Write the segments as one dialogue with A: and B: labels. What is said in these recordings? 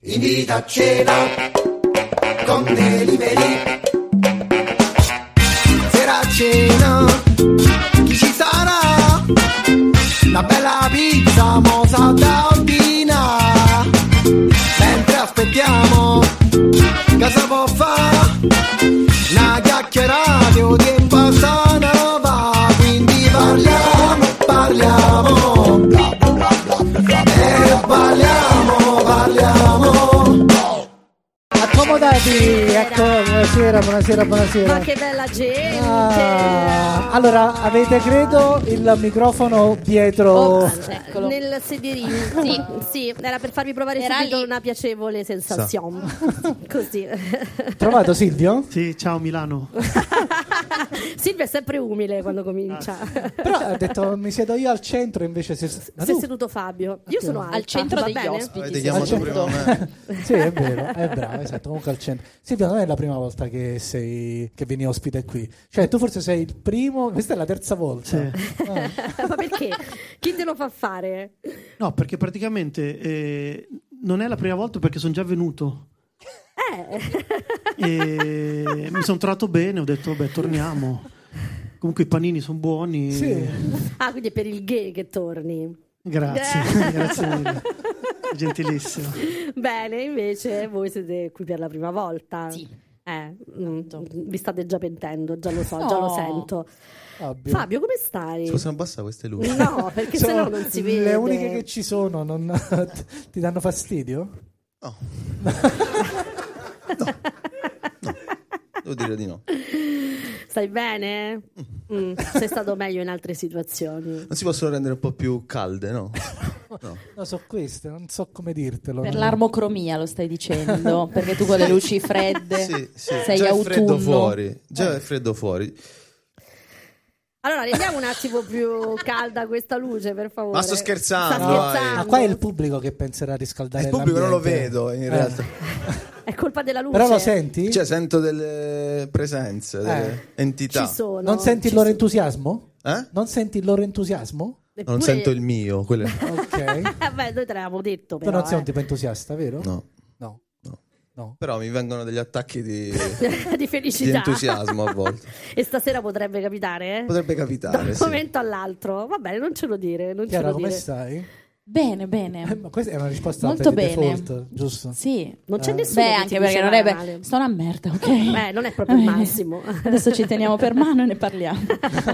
A: Invita a cena con me liberi. Sera a cena, chi ci sarà? Una bella pizza mosa da ordina. Mentre aspettiamo, cosa può fare? Una chiacchierata o di impasta nuova. Quindi parliamo, parliamo. Bla bla bla bla bla. E parliamo, parliamo.
B: Accomodati, ecco, buonasera, buonasera,
C: Ma
B: buonasera.
C: che bella gente!
B: Ah, allora, avete credo il microfono dietro.
C: Oh, nel sederino sì. sì era per farvi provare
D: Era
C: subito
D: lì.
C: una piacevole sensazione così
B: Trovato Silvio?
E: Sì, ciao Milano.
C: Silvia è sempre umile quando
D: Ah,
C: comincia
B: Però ha detto mi siedo io al centro invece se... Ma
C: si è
B: tu-
C: seduto Fabio
E: Ah,
C: io sono alta,
D: al centro
C: va
D: degli
C: bene?
D: ospiti.
F: Avete
D: sì,
F: chiamato
D: sì.
F: prima me.
B: Sì, è vero, è bravo, esatto, comunque al centro. Silvio, non è la prima volta che sei che vieni ospite qui. Cioè, tu forse sei il primo, questa è la terza volta. Ah,
C: ma perché chi te lo fa fare
E: No, perché praticamente eh, non è la prima volta perché sono già venuto.
C: Eh.
E: E mi sono trovato bene, ho detto, beh, torniamo. Comunque i panini sono buoni.
B: Sì.
C: ah quindi è per il gay che torni Eh.
E: Grazie, grazie mille. Gentilissimo.
C: bene invece voi siete qui per la prima volta
D: Sì.
C: eh, mm, vi state già pentendo già lo so già lo
D: Certo. No.
C: sento
B: Fabio.
C: Fabio come stai?
F: Se possiamo abbassare queste luci.
C: No, perché
B: Sono
C: sennò non si vede.
B: Le uniche che ci sono non... ti danno fastidio?
F: No. No. Devo dire di no.
C: Stai bene? Mm, Sei stato meglio in altre situazioni.
F: Non si possono rendere un po' più calde, no? No.
B: No, so queste, non so come dirtelo.
D: Per l'armocromia lo stai dicendo, perché tu con le luci fredde
F: Sì, sì.
D: sei
F: Già è
D: autunno. Eh.
F: freddo fuori. Già è freddo fuori.
C: Allora, rendiamo un attimo più calda questa luce, per favore.
F: Ma sto scherzando,
C: Sta
F: dai.
C: scherzando.
B: Ma qua è il pubblico che penserà a riscaldare
F: Il pubblico non lo
B: l'ambiente.
F: vedo in
B: Eh.
F: realtà.
C: È colpa della luce.
B: Però lo senti?
F: Cioè, sento delle presenze, delle
D: Eh.
F: entità.
C: Ci sono.
B: non senti il
C: Ci
B: loro entusiasmo?
F: Eh?
B: Non senti il loro entusiasmo?
C: sono.
F: Non
C: Eppure-
F: sento il mio, quello
B: Ok.
C: Eh, beh, noi te l'avevamo detto,
B: tu
C: però.
B: non sei un
C: eh.
B: tipo entusiasta, vero?
F: No.
B: No.
F: No.
B: No.
F: Però mi vengono degli attacchi di,
C: di
F: di
C: felicità.
F: entusiasmo a volte.
C: e stasera potrebbe capitare, eh?
F: Potrebbe
C: da un
F: capitare, sì.
C: momento all'altro. Va bene, non ce lo dire, non
B: Chiara,
C: ce lo
B: come
C: dire.
B: stai?
D: Bene,
B: Eh,
D: bene.
B: ma questa è una risposta
D: Molto
B: per il
D: bene.
B: default, giusto?
D: Sì.
C: Non c'è
B: Eh.
C: nessuno
D: Beh,
C: che ti
D: anche
C: dice
D: perché non è
C: male.
D: be- sto una merda, ok?
C: Beh, non è proprio il
D: Va bene.
C: massimo.
D: Adesso ci teniamo per mano e ne parliamo.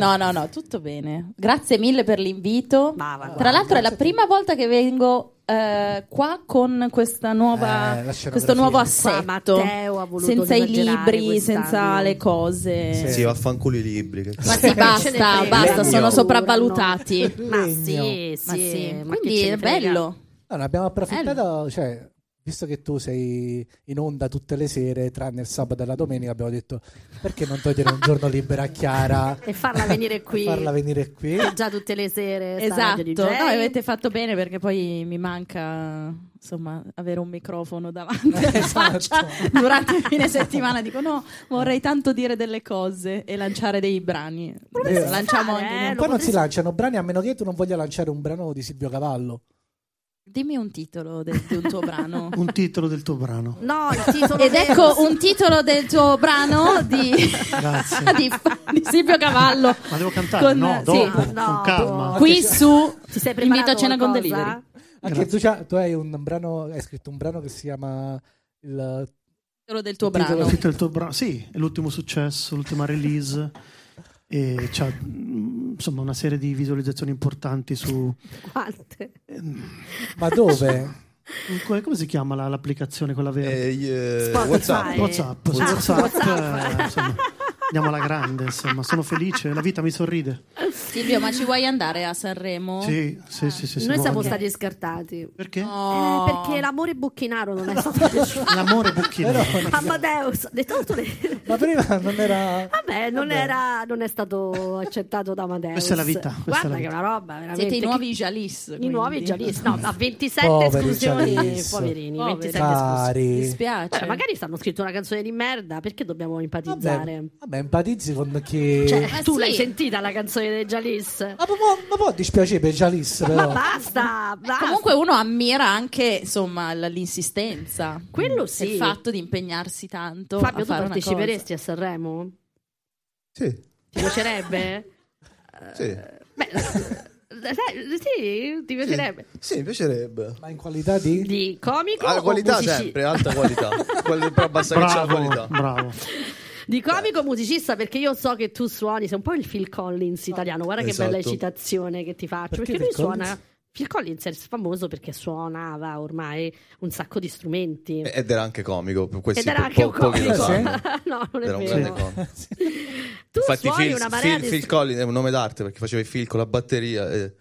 D: No, no, no, tutto bene. Grazie mille per l'invito.
C: Ma va,
D: Tra l'altro è la prima volta che vengo eh, qua con questa
B: Eh,
D: nuova,
B: la scenografia.
D: questo nuovo
C: Qua
D: assetto.
C: Matteo ha voluto
D: senza i
C: esagerare
D: libri,
C: quest'anno.
D: senza le cose.
B: Sì.
F: Sì, vaffanculo i libri. che-
D: Ma sì,
C: Ce ne
D: basta,
C: frega.
D: basta, sono
F: Legno.
D: sopravvalutati.
C: Ma
B: Legno.
C: sì, sì,
D: Ma sì,
C: ma che
D: quindi
C: ce ne
D: è
C: frega?
D: bello.
B: Allora, abbiamo approfittato, cioè, visto che tu sei in onda tutte le sere, tranne il sabato e la domenica, abbiamo detto perché non togliere un giorno libero a Chiara
C: E farla venire qui.
B: farla venire qui?
C: Che già tutte le sere. sta
D: Esatto,
C: Radio DJ.
D: no, avete fatto bene perché poi mi manca insomma avere un microfono davanti alla
B: Esatto.
D: faccia durante il fine settimana. Dico no, vorrei tanto dire delle cose e lanciare dei brani. Adesso
B: Vero.
D: Lanciamo
C: fare,
D: anche
C: eh,
D: noi.
C: lo
B: Poi non
C: potresti-
B: si lanciano brani a meno che tu non voglia lanciare un brano di Silvio Cavallo.
D: Dimmi un titolo del, di un tuo brano.
E: Un titolo del tuo brano.
C: No, il titolo
D: Ed
C: vero-
D: ecco un titolo del tuo brano di, di, di Silvio Cavallo.
E: Ma devo cantare?
D: Con-
E: no,
D: sì.
E: dopo,
C: No,
E: con calma.
D: Qui su
C: Ti sei preparato
D: Invito a cena con
C: qualcosa?
D: Delivery.
B: Anche tu, c'ha- tu hai un brano, hai scritto un brano che si chiama il
D: Titolo del tuo
B: Titolo-
D: brano.
E: Il titolo del tuo brano. Sì, è l'ultimo successo, l'ultima release. E c'ha mm, insomma una serie di visualizzazioni importanti su.
C: Quante?
E: Eh,
B: Ma dove?
E: Come, come si chiama la- l'applicazione quella vera?
F: Eh, gli, eh, WhatsApp.
C: Spotify.
E: WhatsApp, su
C: Ah,
E: WhatsApp,
C: WhatsApp.
E: eh, insomma, andiamo alla grande, insomma, sono felice, la vita mi sorride.
D: Silvio, ma ci vuoi andare a Sanremo?
E: Sì, sì, sì, sì, sì,
C: Oh. Noi siamo
E: voglio.
C: stati scartati.
E: Perché?
D: No.
C: Eh, perché l'amore bucchinaro non è stato piaciuto.
E: L'amore bucchino.
C: Ah, Amadeus, ha detto "Oh, tu le-
B: Ma prima non era...
C: Vabbè, non, era, non è stato accettato da Amadeus.
E: Questa è la vita,
C: Guarda
E: questa è la
C: che è una roba veramente.
D: Siete i
C: che-
D: nuovi Jalis.
C: I
D: quindi.
C: nuovi Jalis, no, a 27
B: Poveri
C: esclusioni,
B: Jalis.
C: poverini,
D: Poveri. Cioè.
C: 27 esclusioni.
D: Mi
B: Cari.
D: dispiace.
C: Vabbè, Eh, magari stanno scritto una canzone di merda, perché dobbiamo
B: Vabbè,
C: empatizzare?
B: vabbè, empatizzi con chi...
C: Cioè,
E: Eh,
D: Ma
C: tu
D: sì.
C: l'hai sentita la canzone dei Jalis.
B: Ma può, ma può dispiacere Jalis,
C: Ma
B: però.
C: basta, basta.
D: Comunque uno ammira anche insomma l- l'insistenza.
C: Quello Oh, sì.
D: Il fatto di impegnarsi tanto.
C: Fabio,
D: a
C: tu
D: fare una
C: parteciperesti a Sanremo?
F: Sì,
C: Ti piacerebbe?
F: sì.
C: Beh, eh, sai, sì, ti piacerebbe.
F: Sì, mi piacerebbe.
B: Ma in qualità di...
C: Di comico
F: Alta
C: o
F: qualità
C: musici-
F: sempre, alta qualità. Qual- però basta che c'è la
E: Bravo,
F: qualità.
E: bravo.
C: Di comico o musicista, perché io so che tu suoni, sei un po' il Phil Collins italiano. Guarda
F: Esatto.
C: che bella citazione che ti faccio.
B: Perché
C: Perché, lui
B: Phil Collins?
C: suona. Phil Collins è famoso perché suonava ormai un sacco di strumenti.
F: Ed era anche comico, per questi
C: Ed era
F: Eh, po-
C: anche un
F: po- pochi lo
C: comico.
B: sì.
F: sanno.
C: no, non è
F: Era un grande
C: vero.
F: comico.
C: Tu
F: Infatti
C: suoni
F: Phil,
C: una marea
F: Phil,
C: di
F: Phil Collins è un nome d'arte perché faceva i Phil con la batteria. e-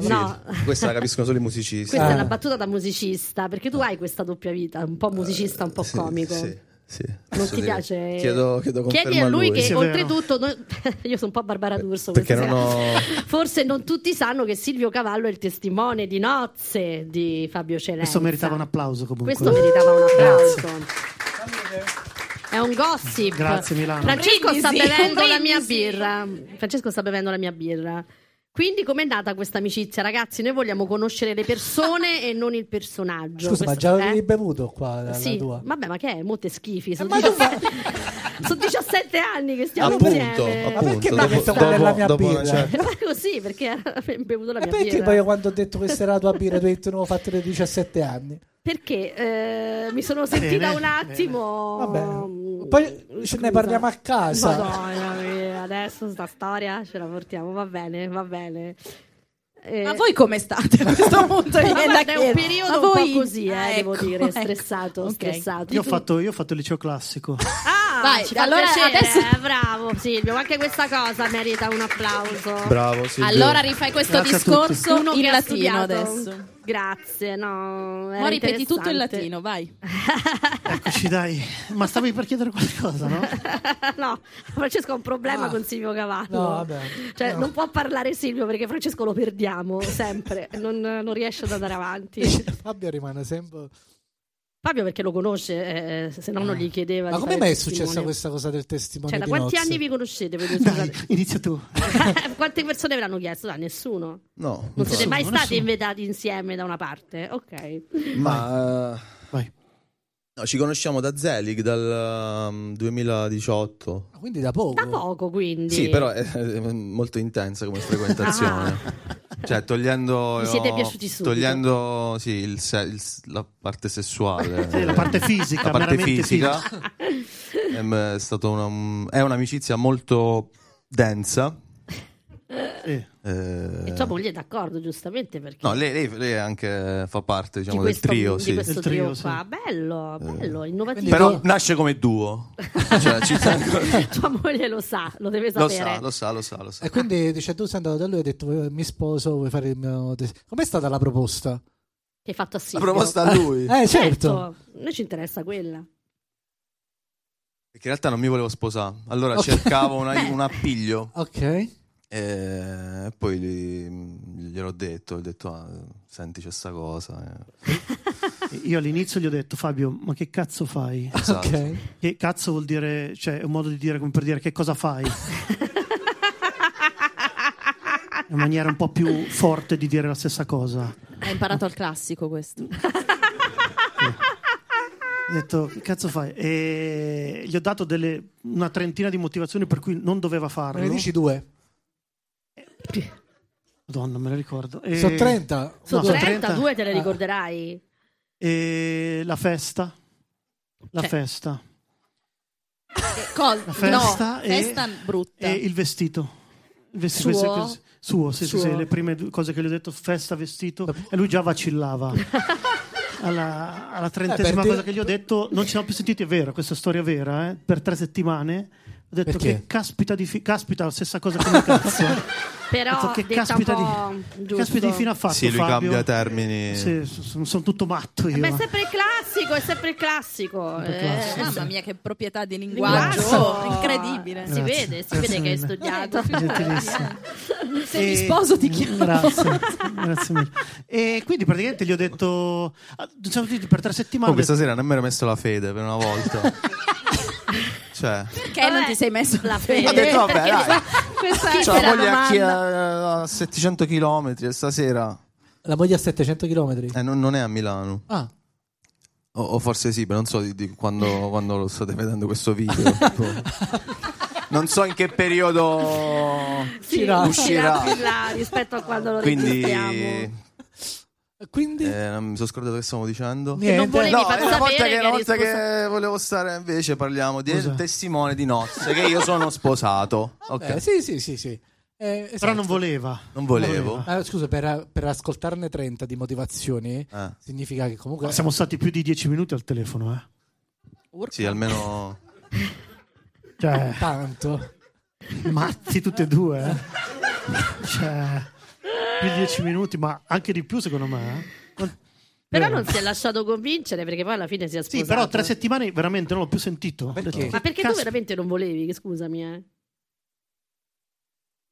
C: No.
F: Phil. Questa la capiscono solo i musicisti.
C: Questa è
B: Ah.
C: una battuta da musicista, perché tu hai questa doppia vita, un po' musicista, un po'
F: Ah. Eh, Sì,
C: comico.
F: sì, sì.
C: Non
F: Posso
C: ti
F: dire.
C: piace?
F: Chiedo, chiedo
C: Chiedi
F: conferma Eh,
C: a lui,
E: Sì,
C: che
E: è vero.
C: oltretutto noi- io sono un po' Barbara D'Urso
F: Perché
C: questa
F: non ho...
C: sera. Forse non tutti sanno che Silvio Cavallo è il testimone di nozze di Fabio Celenza.
E: Questo meritava un applauso comunque.
C: Questo meritava un applauso.
E: Grazie.
C: È un gossip.
E: Grazie, Milano.
C: Francesco sta
D: Ah. Brindisi,
C: bevendo la mia
D: brindisi.
C: birra. Francesco sta bevendo la mia birra. Quindi com'è nata questa amicizia? Ragazzi, noi vogliamo conoscere le persone e non il personaggio.
B: Scusa, ma già
C: Questo- eh?
B: l'avevi bevuto qua, la,
C: Sì,
B: la tua? Eh,
C: vabbè, ma che è? Molte schifi. Sono, 17... sono 17 anni che stiamo
F: Appunto,
C: insieme.
F: appunto.
B: Ma perché mi
F: dopo-
B: ha detto quella è la
F: dopo-
B: mia
F: dopo una
B: birra?
F: certa-
C: Ma così, perché ha bevuto la
B: E
C: mia
B: Eh, perché
C: birra.
B: poi quando ho detto questa era la tua birra, tu hai detto non ho fatto dei 17 anni?
C: Perché eh, mi sono sentita
E: Bene,
C: un attimo...
B: Vabbè. Poi ce ne
C: Scusa.
B: parliamo a casa.
C: Madonna mia, adesso sta storia ce la portiamo, va bene, va bene. Eh,
D: Ma voi come state a questo punto?
C: Ma
D: Mi viene da
C: guarda, è un
D: chiedere.
C: periodo
D: Ma
C: un po'
D: voi-
C: così, eh,
D: Ah,
C: devo
D: ecco,
C: dire,
D: ecco.
C: stressato,
D: Ok.
C: stressato.
E: Io ho, fatto, io ho fatto il liceo classico.
C: Ah,
D: Vai,
C: ci fa
D: allora
C: piacere,
D: adesso-
C: eh, bravo Silvio, anche questa cosa merita un applauso.
F: Bravo, sì.
D: Allora rifai questo
E: Grazie a
D: discorso
C: Uno
D: in
C: che ha
D: latino
C: studiato.
D: adesso.
C: Grazie, no. era
D: Ma ripeti tutto in
C: interessante.
D: latino, vai.
E: Eccoci, dai. Ma stavi per chiedere qualcosa, no?
C: no, Francesco ha un problema con Silvio Cavallo.
B: Ah. No, vabbè.
C: Cioè, non può parlare Silvio perché Francesco lo perdiamo sempre, non, non riesce ad andare avanti.
B: Fabio rimane sempre...
C: Fabio perché lo conosce, eh, se no non gli chiedeva.
B: Ah. Ma
C: di
B: come
C: fare
B: mai è
C: il
B: successa
C: testimone.
B: questa cosa del testimone
C: Cioè, da
B: di
C: quanti
B: nozze?
C: anni vi conoscete? voi due,
E: Dai,
C: scusate?
E: inizia tu.
C: Quante persone ve l'hanno chiesto? Dai, nessuno.
F: No,
C: Non
F: no.
C: siete mai
E: Nessuno,
C: stati
E: nessuno.
C: invitati insieme da una parte? Ok.
F: ma... eh,
E: Vai.
F: no, ci conosciamo da Zelig dal um, 2018.
B: Ah, Quindi da poco.
C: Da poco, quindi.
F: Sì, però è, è molto intensa come frequentazione. Cioè, togliendo.
C: Ah. Vi siete
F: no,
C: piaciuti subito.
F: Togliendo sì, il se- il s- la parte sessuale.
E: Sì, la parte fisica,
F: La parte
E: meramente
F: fisica. Ehm, È, stata una- è un'amicizia molto densa.
E: Eh,
F: eh,
C: E tua moglie è d'accordo, giustamente, perché...
F: no, lei, lei- lei anche fa parte
C: di
F: diciamo,
C: questo-
F: del trio.
C: di
F: Sì. Eh.
C: questo
E: Del trio,
C: trio
E: sì.
C: qua. Bello, bello, innovativo.
F: Però nasce come duo. Cioè, ci sta-
C: Tua moglie lo sa, lo deve
F: lo
C: sapere.
F: sa, lo sa, lo sa. Lo sa.
B: E quindi dice, tu sei andato da lui e hai detto "Eh, mi sposo, vuoi fare il mio testimone? Com'è stata la proposta?
C: Che hai fatto a
F: La
C: Silvio.
F: proposta a lui.
B: Eh certo.
C: Certo, noi ci interessa quella.
F: Perché in realtà non mi volevo sposare. Allora
B: Ok.
F: cercavo una-
C: Beh.
F: un appiglio.
B: Ok.
F: E poi gli- gliel'ho detto, ho detto, ah, senti c'è sta cosa. eh."
E: Io all'inizio gli ho detto, Fabio, ma che cazzo fai?
F: Esatto.
B: Ok.
E: Che cazzo vuol dire, cioè, è un modo di dire come per dire che cosa fai? È una maniera un po' più forte di dire la stessa cosa. Ho
D: Hai imparato al classico questo.
E: detto, che cazzo fai? E gli ho dato delle- una trentina di motivazioni per cui non doveva
B: Me
E: farlo.
B: ne dici due?
E: Madonna, me lo ricordo.
F: Eh.
E: E-
B: Sono 30.
C: Su
E: No, sono 30.
C: 32 te le
B: Ah.
C: ricorderai.
E: E la festa. La
C: Cioè-
E: festa.
D: Cosa?
E: La festa
D: no,
E: e-
D: festa brutta.
E: E il vestito. Il vestito
D: Suo?
E: queste cose- suo, sì, sì,
D: Suo.
E: sì, le prime due cose che gli ho detto, festa, vestito, e lui già vacillava. Alla, alla trentesima
B: Eh, per
E: cosa
B: te-
E: che gli ho detto, non ci siamo più sentiti, è vero, questa storia è vera, eh, per tre settimane. Ho detto
B: Perché?
E: che caspita di fi- caspita, la stessa cosa che mi cazzo. Ho
C: Però
E: detto, che
C: detta
E: caspita
C: un po'
E: di,
C: giusto.
E: caspita di fine ha fatto
F: Sì, lui
E: Fabio?
F: cambia termini.
E: Sì, sono, sono tutto matto
D: Eh,
E: io.
C: Eh, Ma è sempre il classico, è sempre il classico.
E: Sempre il
C: Eh,
E: classico.
D: Mamma mia, che proprietà di linguaggio!
C: Linguaggio.
D: Incredibile.
C: Si
E: Grazie.
C: vede, si
E: Grazie
C: vede che hai
E: mille.
C: studiato.
E: Gentilissimo.
D: Se mi
E: E-
D: sposo ti chiamo.
E: Grazie, grazie mille. E quindi praticamente gli ho detto, ah, siamo tutti per tre settimane.
F: Oh, questa sera non mi ero messo la fede per una volta. cioè,
D: Perché non ti sei messo la
C: fede?
F: ho detto, vabbè, dai,
D: Questa
C: Chi Questa
D: è
F: Ciao,
C: è la
F: moglie a, chi-
C: domanda.
F: a 700 km e stasera
B: La moglie a 700 km.
F: eh, non, non è a Milano.
B: Ah,
F: O, o forse sì, ma non so di, di quando, quando lo state vedendo questo video. Tipo, non so in che periodo
C: Sì,
B: uscirà.
C: uscirà più là rispetto a quando lo
F: Quindi eh,
C: registriamo.
B: quindi
F: mi sono scordato che stavo dicendo.
B: Niente.
C: non volevi
F: No,
C: far
F: è una volta,
C: sapere
F: che,
C: che
F: una volta
C: eri
F: che volevo stare invece parliamo di
E: Scusa.
F: testimone di nozze, che io sono sposato. ok,
B: Beh, sì, sì, sì, sì. Eh,
E: Però
B: esatto.
E: non voleva.
F: non volevo.
B: Ah, scusa, per, per ascoltarne 30 di motivazioni
F: Eh,
B: significa che comunque
E: Siamo stati più di dieci minuti al telefono, eh.
F: sì, almeno...
E: Cioè,
B: tanto.
E: matti tutti e due, eh. Cioè, più di dieci minuti, ma anche di più secondo me, eh. Non-
C: Però
E: Vero.
C: non si è lasciato convincere perché poi alla fine si è sposato.
E: Sì, però tre settimane veramente non l'ho più sentito. Ho
B: Perché?
E: detto,
C: Ma perché tu
E: "Cazzo".
C: veramente non volevi? Che Scusami, eh.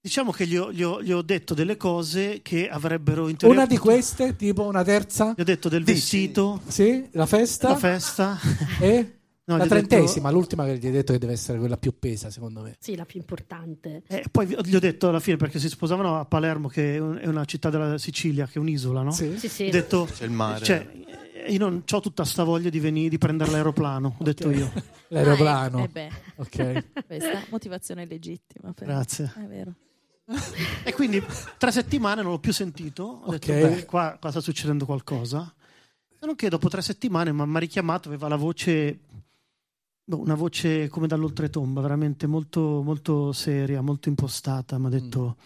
E: Diciamo che gli ho, gli ho- gli ho detto delle cose che avrebbero in teoria
B: Una di
E: potuto-
B: queste, tipo una terza,
E: Gli ho detto del
F: Dici.
E: vestito,
B: sì, la festa
E: la festa.
B: e
E: No, gli
B: la
E: ho
B: trentesima, l'ultima che gli hai detto che deve essere quella più pesa, secondo me.
C: Sì, la più importante.
E: detto- eh, poi vi- gli ho detto alla fine perché si sposavano a Palermo, che è un- è una città della Sicilia, che è un'isola, no?
B: Sì.
C: Sì,
E: Ho
C: sì.
E: detto,
F: C'è il mare.
E: Cioè, eh, io non ho tutta sta voglia di, venire, di prendere l'aeroplano, ho detto io.
B: L'aeroplano.
D: Ah, eh, eh beh,
B: Ok.
D: questa motivazione legittima. però.
E: Grazie.
D: È vero.
E: E quindi tre settimane non l'ho più sentito. Ho detto,
B: Ok.
E: beh, qua, qua sta succedendo qualcosa. Se non che dopo tre settimane mi ha richiamato, aveva la voce, boh, una voce come dall'oltretomba, veramente molto, molto seria, molto impostata. Mi ha detto,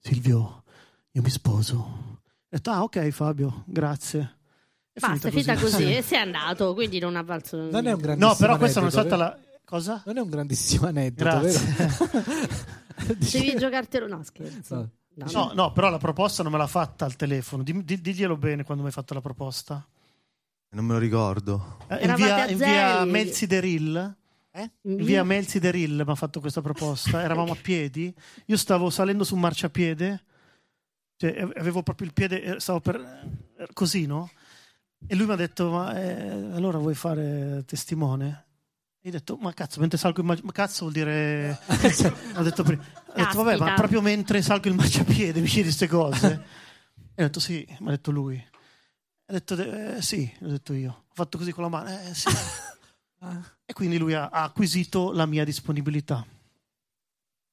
E: Silvio, io mi sposo. Ho detto, ah ok Fabio, grazie. È
C: Basta, è finita così e sei andato, quindi non ha valso.
B: Non è un grandissimo
E: No, però questa non è
B: aneddoto, eh.
E: stata la... Cosa?
B: Non è un grandissimo aneddoto,
E: Grazie.
B: vero? Dice-
C: Devi giocartelo. No, scherzo.
B: No.
C: No,
E: No, no, però la proposta non me l'ha fatta al telefono. Dim- di- diglielo bene quando mi hai fatto la proposta.
F: Non me lo ricordo.
E: Eh, In
C: Eravate
E: via,
C: a
E: in via
C: Zelig.
E: Melzi Deril, in via Melzi Deril mi ha fatto questa proposta. Eravamo a piedi, io stavo salendo su un marciapiede, cioè ave- avevo proprio il piede, eh, stavo per eh, così, no? E lui mi ha detto: Ma eh, allora vuoi fare testimone? E io ho detto: Ma cazzo, mentre salgo il marciapiede, ma cazzo vuol dire. ho detto prima. Ho detto, vabbè, ma
C: Caspita.
E: proprio mentre salgo il marciapiede mi chiedi queste cose. e ho detto, sì, mi ha detto lui. Ha detto, "Eh, sì, ho detto io. Ho fatto così con la mano. "Eh, sì. e quindi lui ha, ha acquisito la mia disponibilità.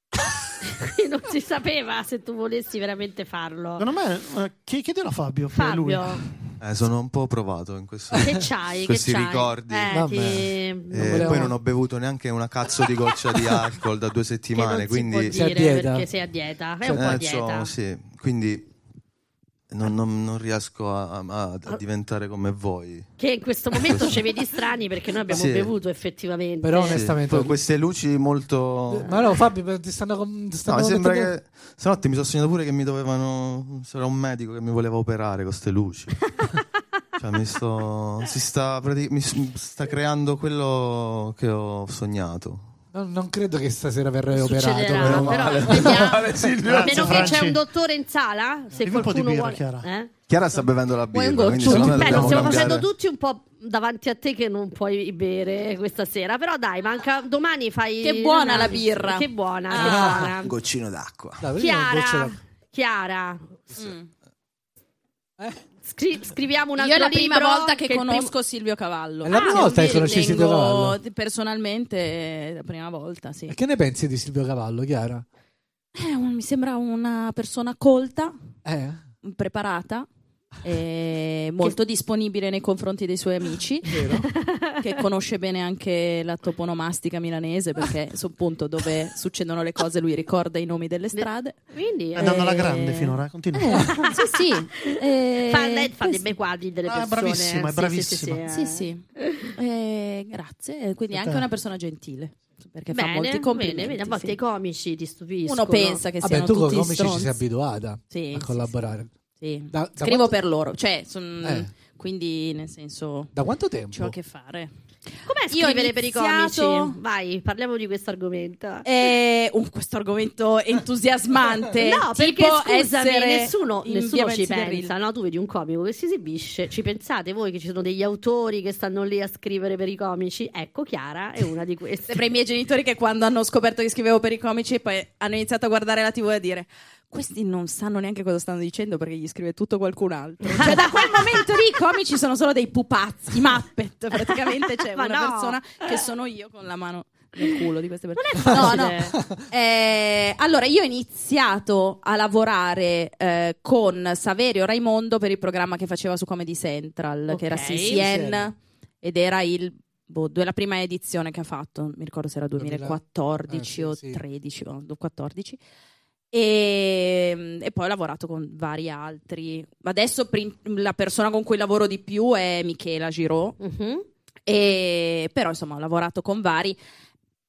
C: Quindi non si sapeva se tu volessi veramente farlo.
E: Secondo me, eh, chi- chiedilo a Fabio. per lui.
C: Fabio,
F: Eh, sono un po' provato in questo.
C: che c'hai?
F: Questi
C: che c'hai?
F: ricordi.
C: Eh,
B: Vabbè.
C: ti-
F: Eh,
B: Non volevo-
F: Poi non ho bevuto neanche una cazzo di goccia di alcol da due
C: che non si
F: settimane, quindi...
C: può
B: Sei a
C: dire
B: dieta?
C: perché sei a dieta. È
B: Sei
C: un po' a
F: Eh, insomma,
C: dieta.
F: sì. Quindi non, non- non riesco a, a- a diventare come voi.
C: Che in questo momento ci vedi strani perché noi abbiamo
F: Sì.
C: bevuto effettivamente.
B: Però
F: Sì.
B: onestamente...
F: Poi queste luci molto...
B: Eh, Ma no, Fabio, ti stanno... com- ti
F: No,
B: stanno
F: mi sembra
B: mettendo-
F: che. Stanotte mi sono segnato pure che mi dovevano. C'era un medico che mi voleva operare con queste luci. cioè, mi sto. Si sta, prati- mi s- sta creando quello che ho sognato.
B: Non, non credo che stasera verrai operato.
C: Succederà,
B: Però...
C: però vediamo. A
E: Grazie,
C: meno che c'è
E: Franci.
C: un dottore in sala, se
E: Dimmi un po' di
C: qualcuno
E: birra,
C: vuole.
E: Chiara.
C: Eh?
F: Chiara sta bevendo la birra.
D: Vuoi un
F: Quindi
D: goccio?
F: secondo me
C: Beh, lo
F: dobbiamo
C: stiamo facendo
F: cambiare.
C: tutti un po' davanti a te che non puoi bere questa sera. Però dai, manca domani fai.
D: Che buona
C: l'analisi.
D: la birra.
C: Che buona, che
D: Ah.
C: buona.
F: Un goccino d'acqua.
B: Dai, vedi una goccia
C: Chiara,
B: da-
C: Chiara,
D: Mm.
B: Eh?
C: scri- scriviamo un
D: Io
C: altro
D: è la prima
C: libro
D: volta che,
C: il prim-
D: conosco Silvio Cavallo.
B: È la prima
D: Ah,
B: volta che
D: sì,
B: conosci Silvio
D: vengo
B: Cavallo?
D: Personalmente, è la prima volta, sì.
B: E Che ne pensi di Silvio Cavallo, Chiara?
D: Eh, un- mi sembra una persona colta,
B: Eh?
D: preparata, e molto disponibile nei confronti dei suoi amici,
B: Vero?
D: che conosce bene anche la toponomastica milanese, perché sul punto dove succedono le cose lui ricorda i nomi delle strade.
C: Quindi eh,
E: È andando alla
D: Eh,
E: grande finora, eh, continua.
D: Eh, sì, sì. eh,
C: fa, lei fa dei
D: questo-
C: bei quadri delle
E: Ah,
C: persone.
E: bravissima, è
C: Sì, sì, sì,
E: bravissima.
D: Sì,
C: eh.
D: sì. Eh, grazie. Eh, Quindi è anche una persona gentile. Perché
C: Bene,
D: fa molti
C: bene,
D: complimenti.
C: vedi, a volte
D: sì.
C: i comici ti stupiscono.
D: Uno pensa che
B: Vabbè,
D: siano
B: tu con
D: tutti
B: i comici ci
D: stronzi.
B: sei abituata
D: Sì,
B: a
D: sì,
B: collaborare.
D: sì.
B: Da- da
D: Scrivo
B: quanto-
D: per loro. Cioè, son-
B: Eh. Boh.
D: quindi nel senso
B: Da quanto tempo?
D: c'ho a che fare.
C: Com'è
D: Io ho
C: scrivere per i
D: iniziato-
C: comici? Vai, parliamo di questo argomento.
D: Eh, uh, questo argomento entusiasmante.
C: No, perché
D: tipo
C: scusami,
D: essere
C: nessuno,
D: in
C: nessuno
D: via
C: ci
D: Mezzi del Rin.
C: pensa. No, tu vedi un comico che si esibisce, ci pensate voi che ci sono degli autori che stanno lì a scrivere per i comici? Ecco, Chiara è una di queste.
D: Sembra i miei genitori che quando hanno scoperto che scrivevo per i comici poi hanno iniziato a guardare la tv e a dire questi non sanno neanche cosa stanno dicendo perché gli scrive tutto qualcun altro. Cioè, da quel momento lì i comici sono solo dei pupazzi, i Muppet. Praticamente c'è
C: Ma
D: una
C: no.
D: persona che sono io con la mano nel culo di queste persone.
C: Non è facile.
D: No, no. Eh, allora, io ho iniziato a lavorare eh, con Saverio Raimondo per il programma che faceva su Comedy Central, che era
C: Ok.
D: CCN, ed era il, boh, due- la prima edizione che ha fatto, non mi ricordo se era 2014
B: Ah,
D: o
B: sì, sì.
D: 13 o 14. E, e poi ho lavorato con vari altri. Adesso prim- la persona con cui lavoro di più è Michela Giraud,
C: Mhm.
D: e- però insomma ho lavorato con vari.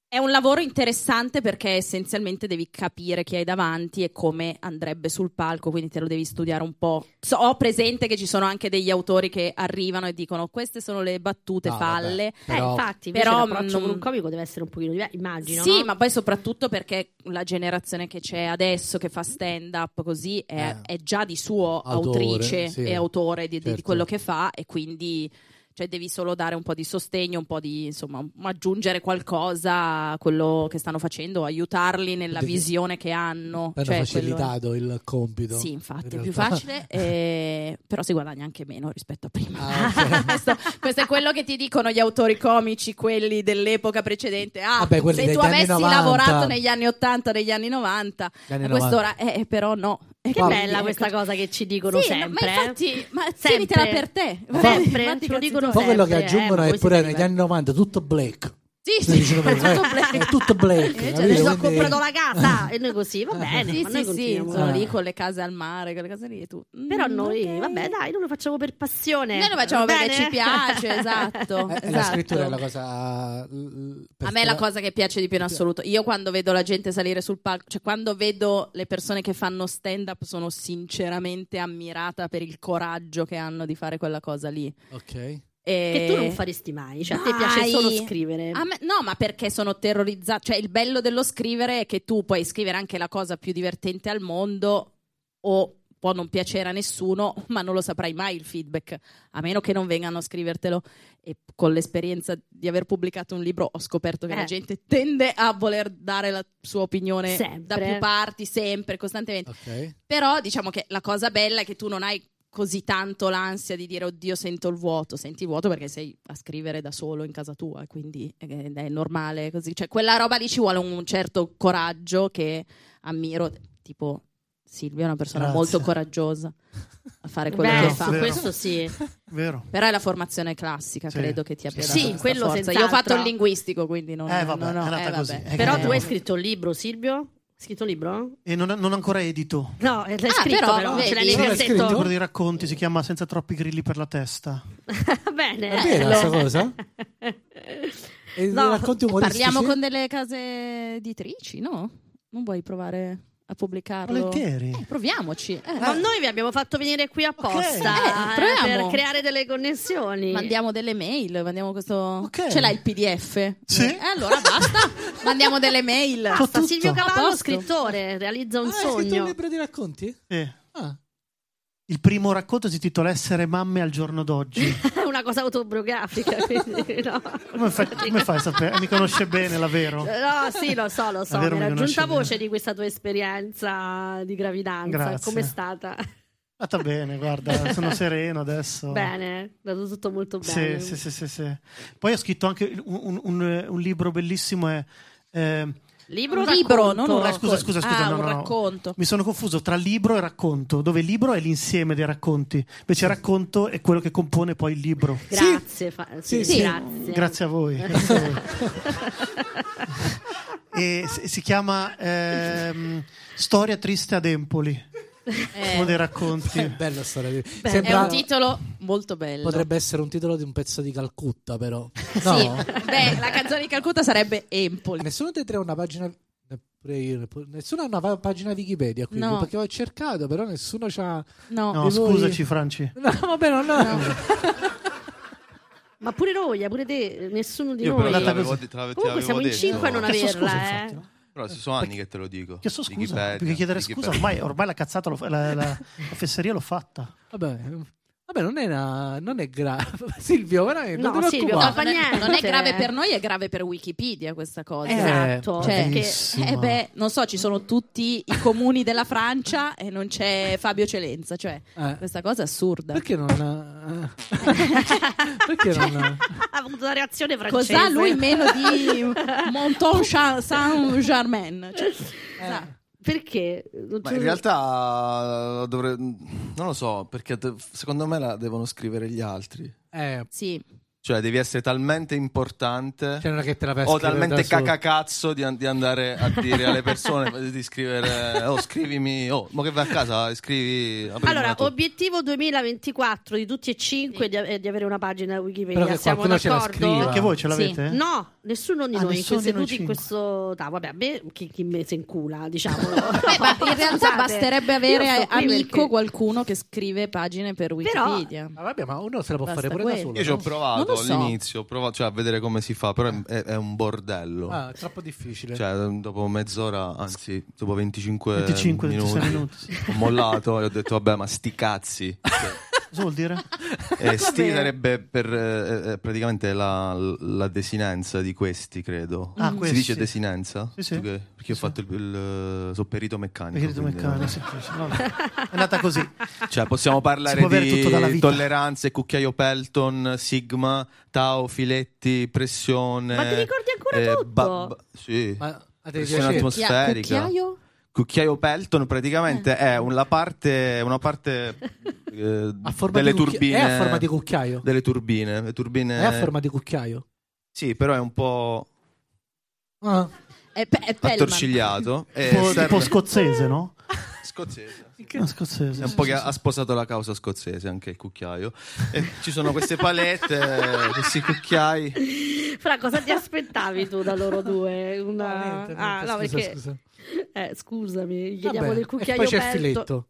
D: È un lavoro interessante perché essenzialmente devi capire chi hai davanti e come andrebbe sul palco, quindi te lo devi studiare un po'. So, ho presente che ci sono anche degli autori che arrivano e dicono queste sono le battute
B: No, Ah, vabbè,
D: falle.
C: Eh,
B: però-
C: infatti, invece
D: però,
C: l'approccio
D: non-
C: con un comico deve essere un pochino diverso, immagino.
D: Sì,
C: no?
D: ma poi soprattutto perché la generazione che c'è adesso che fa stand up così è,
B: Eh.
D: è già di suo
B: Autore,
D: autrice
B: sì.
D: e autore di, di- di
B: Certo.
D: quello che fa e quindi cioè, devi solo dare un po' di sostegno, un po' di insomma, un- aggiungere qualcosa a quello che stanno facendo, aiutarli nella
B: Devi-
D: visione che hanno.
B: Hanno
D: cioè, quello-
B: facilitato il compito.
D: Sì,
B: in
D: infatti, è più
B: realtà.
D: facile, eh, però si guadagna anche meno rispetto a prima.
B: Ah, ok.
D: questo, questo è quello che ti dicono gli autori comici, quelli dell'epoca precedente. Ah,
B: Vabbè, quelli
D: se
B: degli
D: tu
B: anni
D: avessi
B: 90.
D: lavorato negli anni 80, negli anni 90,
B: Gli anni
D: a
B: 90.
D: quest'ora, eh, però no. E
C: Che
D: quindi-
C: bella questa cosa che ci dicono
D: ecco. Sì, no,
C: sempre. eh.
D: ma infatti, ma
C: Sempre.
D: tienitela per te.
C: Sempre,
D: Infatti,
C: ce lo dicono
B: Poi quello che
C: Sempre,
B: aggiungono
C: eh, ma
B: è
C: voi
B: pure
C: siete
B: negli
C: diversi.
B: anni 90 tutto Blake.
D: Sì, sì,
B: Noi diciamo
D: è tutto
B: Blake.
D: black.
B: È tutto Blake,
D: Eh,
B: capito?
D: cioè,
C: Adesso ho
B: Quindi-
C: comprato la casa e noi così, va bene,
D: Eh, sì,
C: Eh, ma noi
D: sì, sì,
C: continuiamo.
D: sono
B: Ah.
D: lì con le case al mare, quelle case lì e tu. mm,
C: Però noi,
D: ok.
C: vabbè, dai, noi lo facciamo per passione.
D: Noi lo facciamo
C: va
D: perché
C: bene?
D: ci piace, esatto.
B: Eh, La
D: esatto.
B: scrittura è la cosa. eh, l- l- per
D: A me è la
B: te-
D: cosa che piace di più in assoluto. Io quando vedo la gente salire sul palco, cioè quando vedo le persone che fanno stand up, sono sinceramente ammirata per il coraggio che hanno di fare quella cosa lì.
B: Ok.
D: E...
C: Che tu non faresti mai, cioè a te
D: Mai.
C: piace solo scrivere.
D: A me- no, ma perché sono terrorizzata. Cioè, il bello dello scrivere è che tu puoi scrivere anche la cosa più divertente al mondo o può non piacere a nessuno, ma non lo saprai mai il feedback, a meno che non vengano a scrivertelo. E con l'esperienza di aver pubblicato un libro ho scoperto che
C: Eh.
D: la gente tende a voler dare la sua opinione
C: Sempre.
D: da più parti, sempre, costantemente.
B: Ok.
D: Però diciamo che la cosa bella è che tu non hai così tanto l'ansia di dire oddio sento il vuoto, senti il vuoto perché sei a scrivere da solo in casa tua, quindi eh, è normale così, cioè quella roba lì ci vuole un certo coraggio che ammiro, tipo Silvia è una persona
B: Grazie.
D: molto coraggiosa a fare quello
C: Beh,
D: che
E: no,
C: su
D: fa.
E: vero.
C: questo sì.
E: Vero.
D: Però è la formazione classica,
E: Sì.
D: credo che ti abbia
E: Sì,
D: dato
E: sì,
D: questa
C: quello
D: forza. Io ho
C: senz'altro.
D: fatto il linguistico, quindi non
E: Eh, vabbè,
D: no, no,
E: è nata
D: eh,
E: così.
D: vabbè.
E: Eh,
C: Però
E: che
C: tu hai
E: bello.
C: scritto un libro, Silvio? Hai scritto un libro?
E: E non, non ancora edito.
C: No, eh, l'hai
D: Ah,
C: scritto
D: però,
C: però, ce l'hai nel
D: vedi.
B: L'hai
E: Il
B: scritto?
C: cassetto.
E: libro dei racconti si chiama Senza troppi grilli per la testa.
C: Va bene.
B: È vera
C: bello.
B: sta cosa? E
C: No,
B: racconti umoristici? Ah,
D: Parliamo con delle case editrici, no? Non vuoi provare a pubblicarlo?
E: Volentieri.
D: Eh, proviamoci. eh.
C: Ma noi vi abbiamo fatto venire qui apposta
D: Ok. Eh,
C: eh, per
D: proviamo.
C: creare delle connessioni.
D: Mandiamo delle mail, mandiamo questo.
E: Ok.
D: Ce l'hai il PDF?
E: Sì.
D: Eh, allora basta. mandiamo delle mail.
C: Basta,
E: tutto.
C: Silvio
D: A
C: Cavallo,
D: posto.
C: scrittore, realizza un
B: Ah, hai scritto un
C: sogno.
B: libro di racconti?
E: Sì.
B: Ah,
E: Il primo racconto si intitola Essere mamme al giorno d'oggi.
C: È una cosa autobiografica, quindi no.
E: Come fai, come fai a sapere? Mi conosce bene, la vero?
C: Eh, No, sì, lo so, lo so. Mi
E: Davvero
C: era
E: mi conosce
C: giunta
E: bene.
C: voce di questa tua esperienza di gravidanza.
E: Grazie.
C: Com'è stata?
E: Ah, sta bene, guarda, sono sereno adesso.
C: Bene, è andato tutto molto
E: Oh. Sì,
C: bene.
E: sì, sì, sì, sì. Poi ho scritto anche un, un- un- un libro bellissimo. È, eh,
C: Libro,
D: Un libro,
C: racconto.
D: non un
E: Ah,
D: racconto.
E: scusa, scusa, scusa,
D: Ah,
E: no,
D: un
E: no, no.
D: racconto.
E: mi sono confuso tra libro e racconto, dove il libro è l'insieme dei racconti, invece il racconto è quello che compone poi il libro.
C: Grazie, fa- sì,
B: Sì, sì.
C: grazie.
E: Grazie a voi. grazie a voi. e si si chiama ehm, Storia triste ad Empoli,
D: Eh,
E: uno dei racconti.
B: è bello storia di...
D: è un
B: Sembra...
D: titolo molto bello.
B: Potrebbe essere un titolo di un pezzo di Calcutta, però. No.
D: Sì. Beh, la canzone di Calcutta sarebbe Empoli.
B: Nessuno dei tre ha una pagina. Pure io, pure- Nessuno ha una va- pagina Wikipedia qui,
D: No.
B: perché ho cercato, però nessuno c'ha...
D: No.
E: No,
B: E voi-
E: scusaci, Franci.
B: No, vabbè, non ho...
C: Ma pure Roia, pure te, nessuno di
F: Io
C: noi.
F: però te
E: Andata
F: l'avevo,
E: così.
F: de- te l'ave- te l'avevo
C: Comunque siamo in
F: detto.
C: cinque a non
E: Chiesto
C: averla,
E: scusa,
C: eh.
E: infatti, no?
F: Però se sono anni che te lo dico.
E: Chiesto scusa.
F: Wikipedia,
E: perché chiedere
F: Wikipedia.
E: scusa, ormai, ormai la cazzata, l'ho- la, la, la fesseria l'ho fatta.
B: Vabbè, vabbè, non è, una- non è grave. Silvio, veramente,
C: No,
B: non ti
C: Silvio,
B: preoccupare.
C: fa
D: non, è,
C: niente.
D: non è grave per noi, è grave per Wikipedia questa cosa.
B: Eh,
C: Esatto.
D: Cioè,
C: perché-
E: bravissima.
D: Eh beh, non so, ci sono tutti i comuni della Francia e non c'è Fabio Celenza, cioè
B: Eh,
D: questa cosa è assurda.
B: Perché non... ha- perché
D: Cioè,
B: non...
C: Cioè, ha avuto una reazione francese.
D: Cos'ha lui meno di Monton Saint-Germain? Cioè,
B: eh,
D: sa.
C: Perché?
F: Ma
B: Cioè,
F: in realtà eh, dovrei... non lo so, perché te- secondo me la devono scrivere gli altri.
B: Eh,
D: Sì,
F: Cioè devi essere talmente importante
B: cioè non è che te la vai a
F: o
B: scrivere da
F: talmente
B: solo.
F: cacacazzo di, an- di andare a dire alle persone di scrivere oh scrivimi, oh ma che vai a casa, scrivi... aprimi
C: Allora,
F: una tua-
C: obiettivo 2024 di tutti e cinque è di, è di avere una pagina Wikipedia.
B: Però che
C: Siamo
B: qualcuno ce la
C: d'accordo?
B: scriva.
E: Anche voi ce
D: Sì.
E: l'avete?
C: No, nessuno di
E: Ah,
C: noi
E: nessuno
C: che
E: di noi
C: seduti in
E: cinque.
C: questo tavolo. Vabbè, a me chi, chi me se incula, diciamolo.
D: Beh, ma in realtà
C: Scusate,
D: basterebbe
C: io
D: avere
C: sto qui
D: amico
C: perché-
D: qualcuno che scrive pagine per Wikipedia.
B: Ma vabbè, ma uno se la può
D: Basta
B: fare pure da
D: quello.
B: solo.
F: Io ci ho
B: no?
F: provato
D: Non lo so.
F: all'inizio, ho provato cioè, a vedere come si fa, però è, è un bordello.
B: Ah, è troppo difficile.
F: Cioè, dopo mezz'ora, anzi, dopo 25,
E: 25,
F: minuti,
E: 26 minuti. sì.
F: ho mollato e ho detto, vabbè, ma sti cazzi.
E: Cosa vuol dire?
F: E sti sarebbe Eh, per eh, eh, praticamente la, la desinenza di questi, credo.
E: Ah,
F: si
E: questi.
F: dice desinenza?
E: Sì, sì.
F: Tu che- Perché ho
E: Sì.
F: fatto il, il, eh, sono perito meccanico.
E: Perito
F: quindi,
E: meccanico. sì, sì, sì, no, no. È andata così.
F: eh. Cioè, possiamo
E: Si
F: parlare
E: può avere tutto dalla
F: di
E: vita.
F: tolleranze, cucchiaio Pelton, Sigma, Tau, filetti, pressione. eh,
C: Ma ti ricordi ancora tutto?
F: sì.
B: Ma a te
F: pressione
B: piace?
D: Chi ha-
F: atmosferica.
D: Cucchiaio?
F: Cucchiaio Pelton praticamente è una parte, una parte eh,
B: A forma
F: delle
B: di cucchi-
F: turbine. Eh.
B: È a forma di cucchiaio.
F: delle turbine. Le turbine.
B: È a forma di cucchiaio.
F: Sì, però è un po'
B: Ah,
D: È, Eh, pe- è Pellman.
F: attorcigliato. e
E: tipo,
F: serve-
E: tipo scozzese, no?
F: scozzese.
E: Ah, scozzese.
F: È un po' che ha sposato la causa scozzese anche il cucchiaio. E ci sono queste palette, eh, questi cucchiai.
C: Fra, cosa ti aspettavi tu da loro due? Una...
B: niente, niente,
C: ah, no,
B: scusa,
C: perché...
B: scusa.
C: eh, scusami, gli diamo
B: Vabbè,
C: del cucchiaio
B: e poi c'è il
C: aperto.
B: filetto.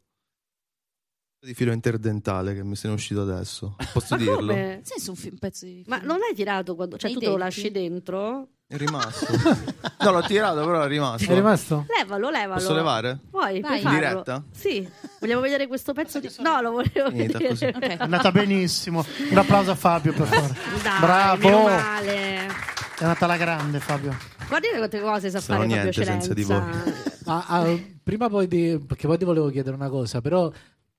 F: Di filo interdentale che mi sono uscito adesso. Posso
C: Ma
F: dirlo?
C: come?
D: Sì, su un fi- un pezzo di
C: Ma
D: film.
C: non l'hai tirato quando... Cioè,
D: Nei
C: tu te lo
D: denti?
C: lasci dentro?
F: È rimasto. No, l'ho tirato, però è rimasto.
B: È rimasto?
C: Levalo, levalo.
F: Posso levare?
C: Puoi, puoi
D: Vai.
C: farlo.
F: Diretta?
C: Sì. Vogliamo vedere questo pezzo di... No, lo volevo
F: Finita
C: vedere.
F: così.
D: Ok.
E: È andata benissimo. Un applauso a Fabio, per favore.
C: Dai, meno
E: Bravo. È
C: male.
E: andata alla grande, Fabio.
C: Guardate quante cose sa
F: Sono
C: fare Fabio
F: niente
C: Celenza.
F: senza di
B: Ma, ah, prima poi di... Perché poi ti volevo chiedere una cosa, però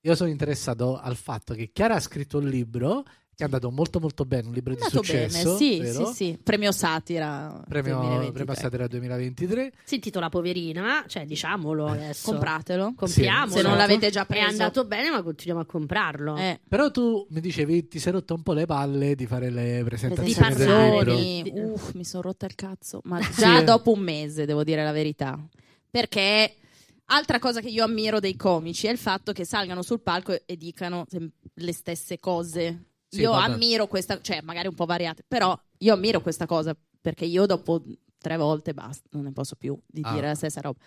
B: io sono interessato al fatto che Chiara ha scritto un libro che è andato molto molto bene, un libro
D: È
B: di
D: andato
B: successo.
D: bene, sì,
B: vero?
D: sì, sì. Premio Satira
B: Premio,
D: 2023.
B: premio Satira 2023.
C: Si intitola Poverina, ma cioè, diciamolo adesso.
D: Compratelo.
C: Compriamolo.
B: Sì, se non
D: l'avete già preso.
C: È andato bene, ma continuiamo a comprarlo.
D: Eh,
B: Però tu mi dicevi ti sei rotto un po' le palle di fare le presentazioni
C: Di parlare,
B: del libro.
C: di-
D: Presentazioni, uff, mi sono rotta il cazzo, ma già
B: Sì.
D: dopo un mese devo dire la verità. Perché altra cosa che io ammiro dei comici è il fatto che salgano sul palco e- e dicano sem- le stesse cose.
B: Sì,
D: io
B: vabbè.
D: ammiro questa, cioè magari un po' variate, però io ammiro questa cosa perché io dopo tre volte basta, non ne posso più di
B: Ah.
D: dire la stessa roba.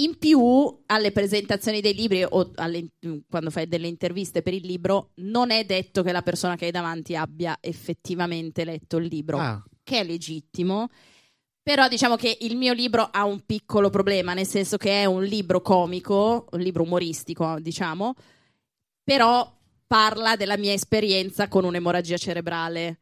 D: In più, alle presentazioni dei libri o alle- quando fai delle interviste per il libro, non è detto che la persona che hai davanti abbia effettivamente letto il libro,
B: Ah,
D: che è legittimo. Però diciamo che il mio libro ha un piccolo problema, nel senso che è un libro comico, un libro umoristico, diciamo, però parla della mia esperienza con un'emorragia cerebrale.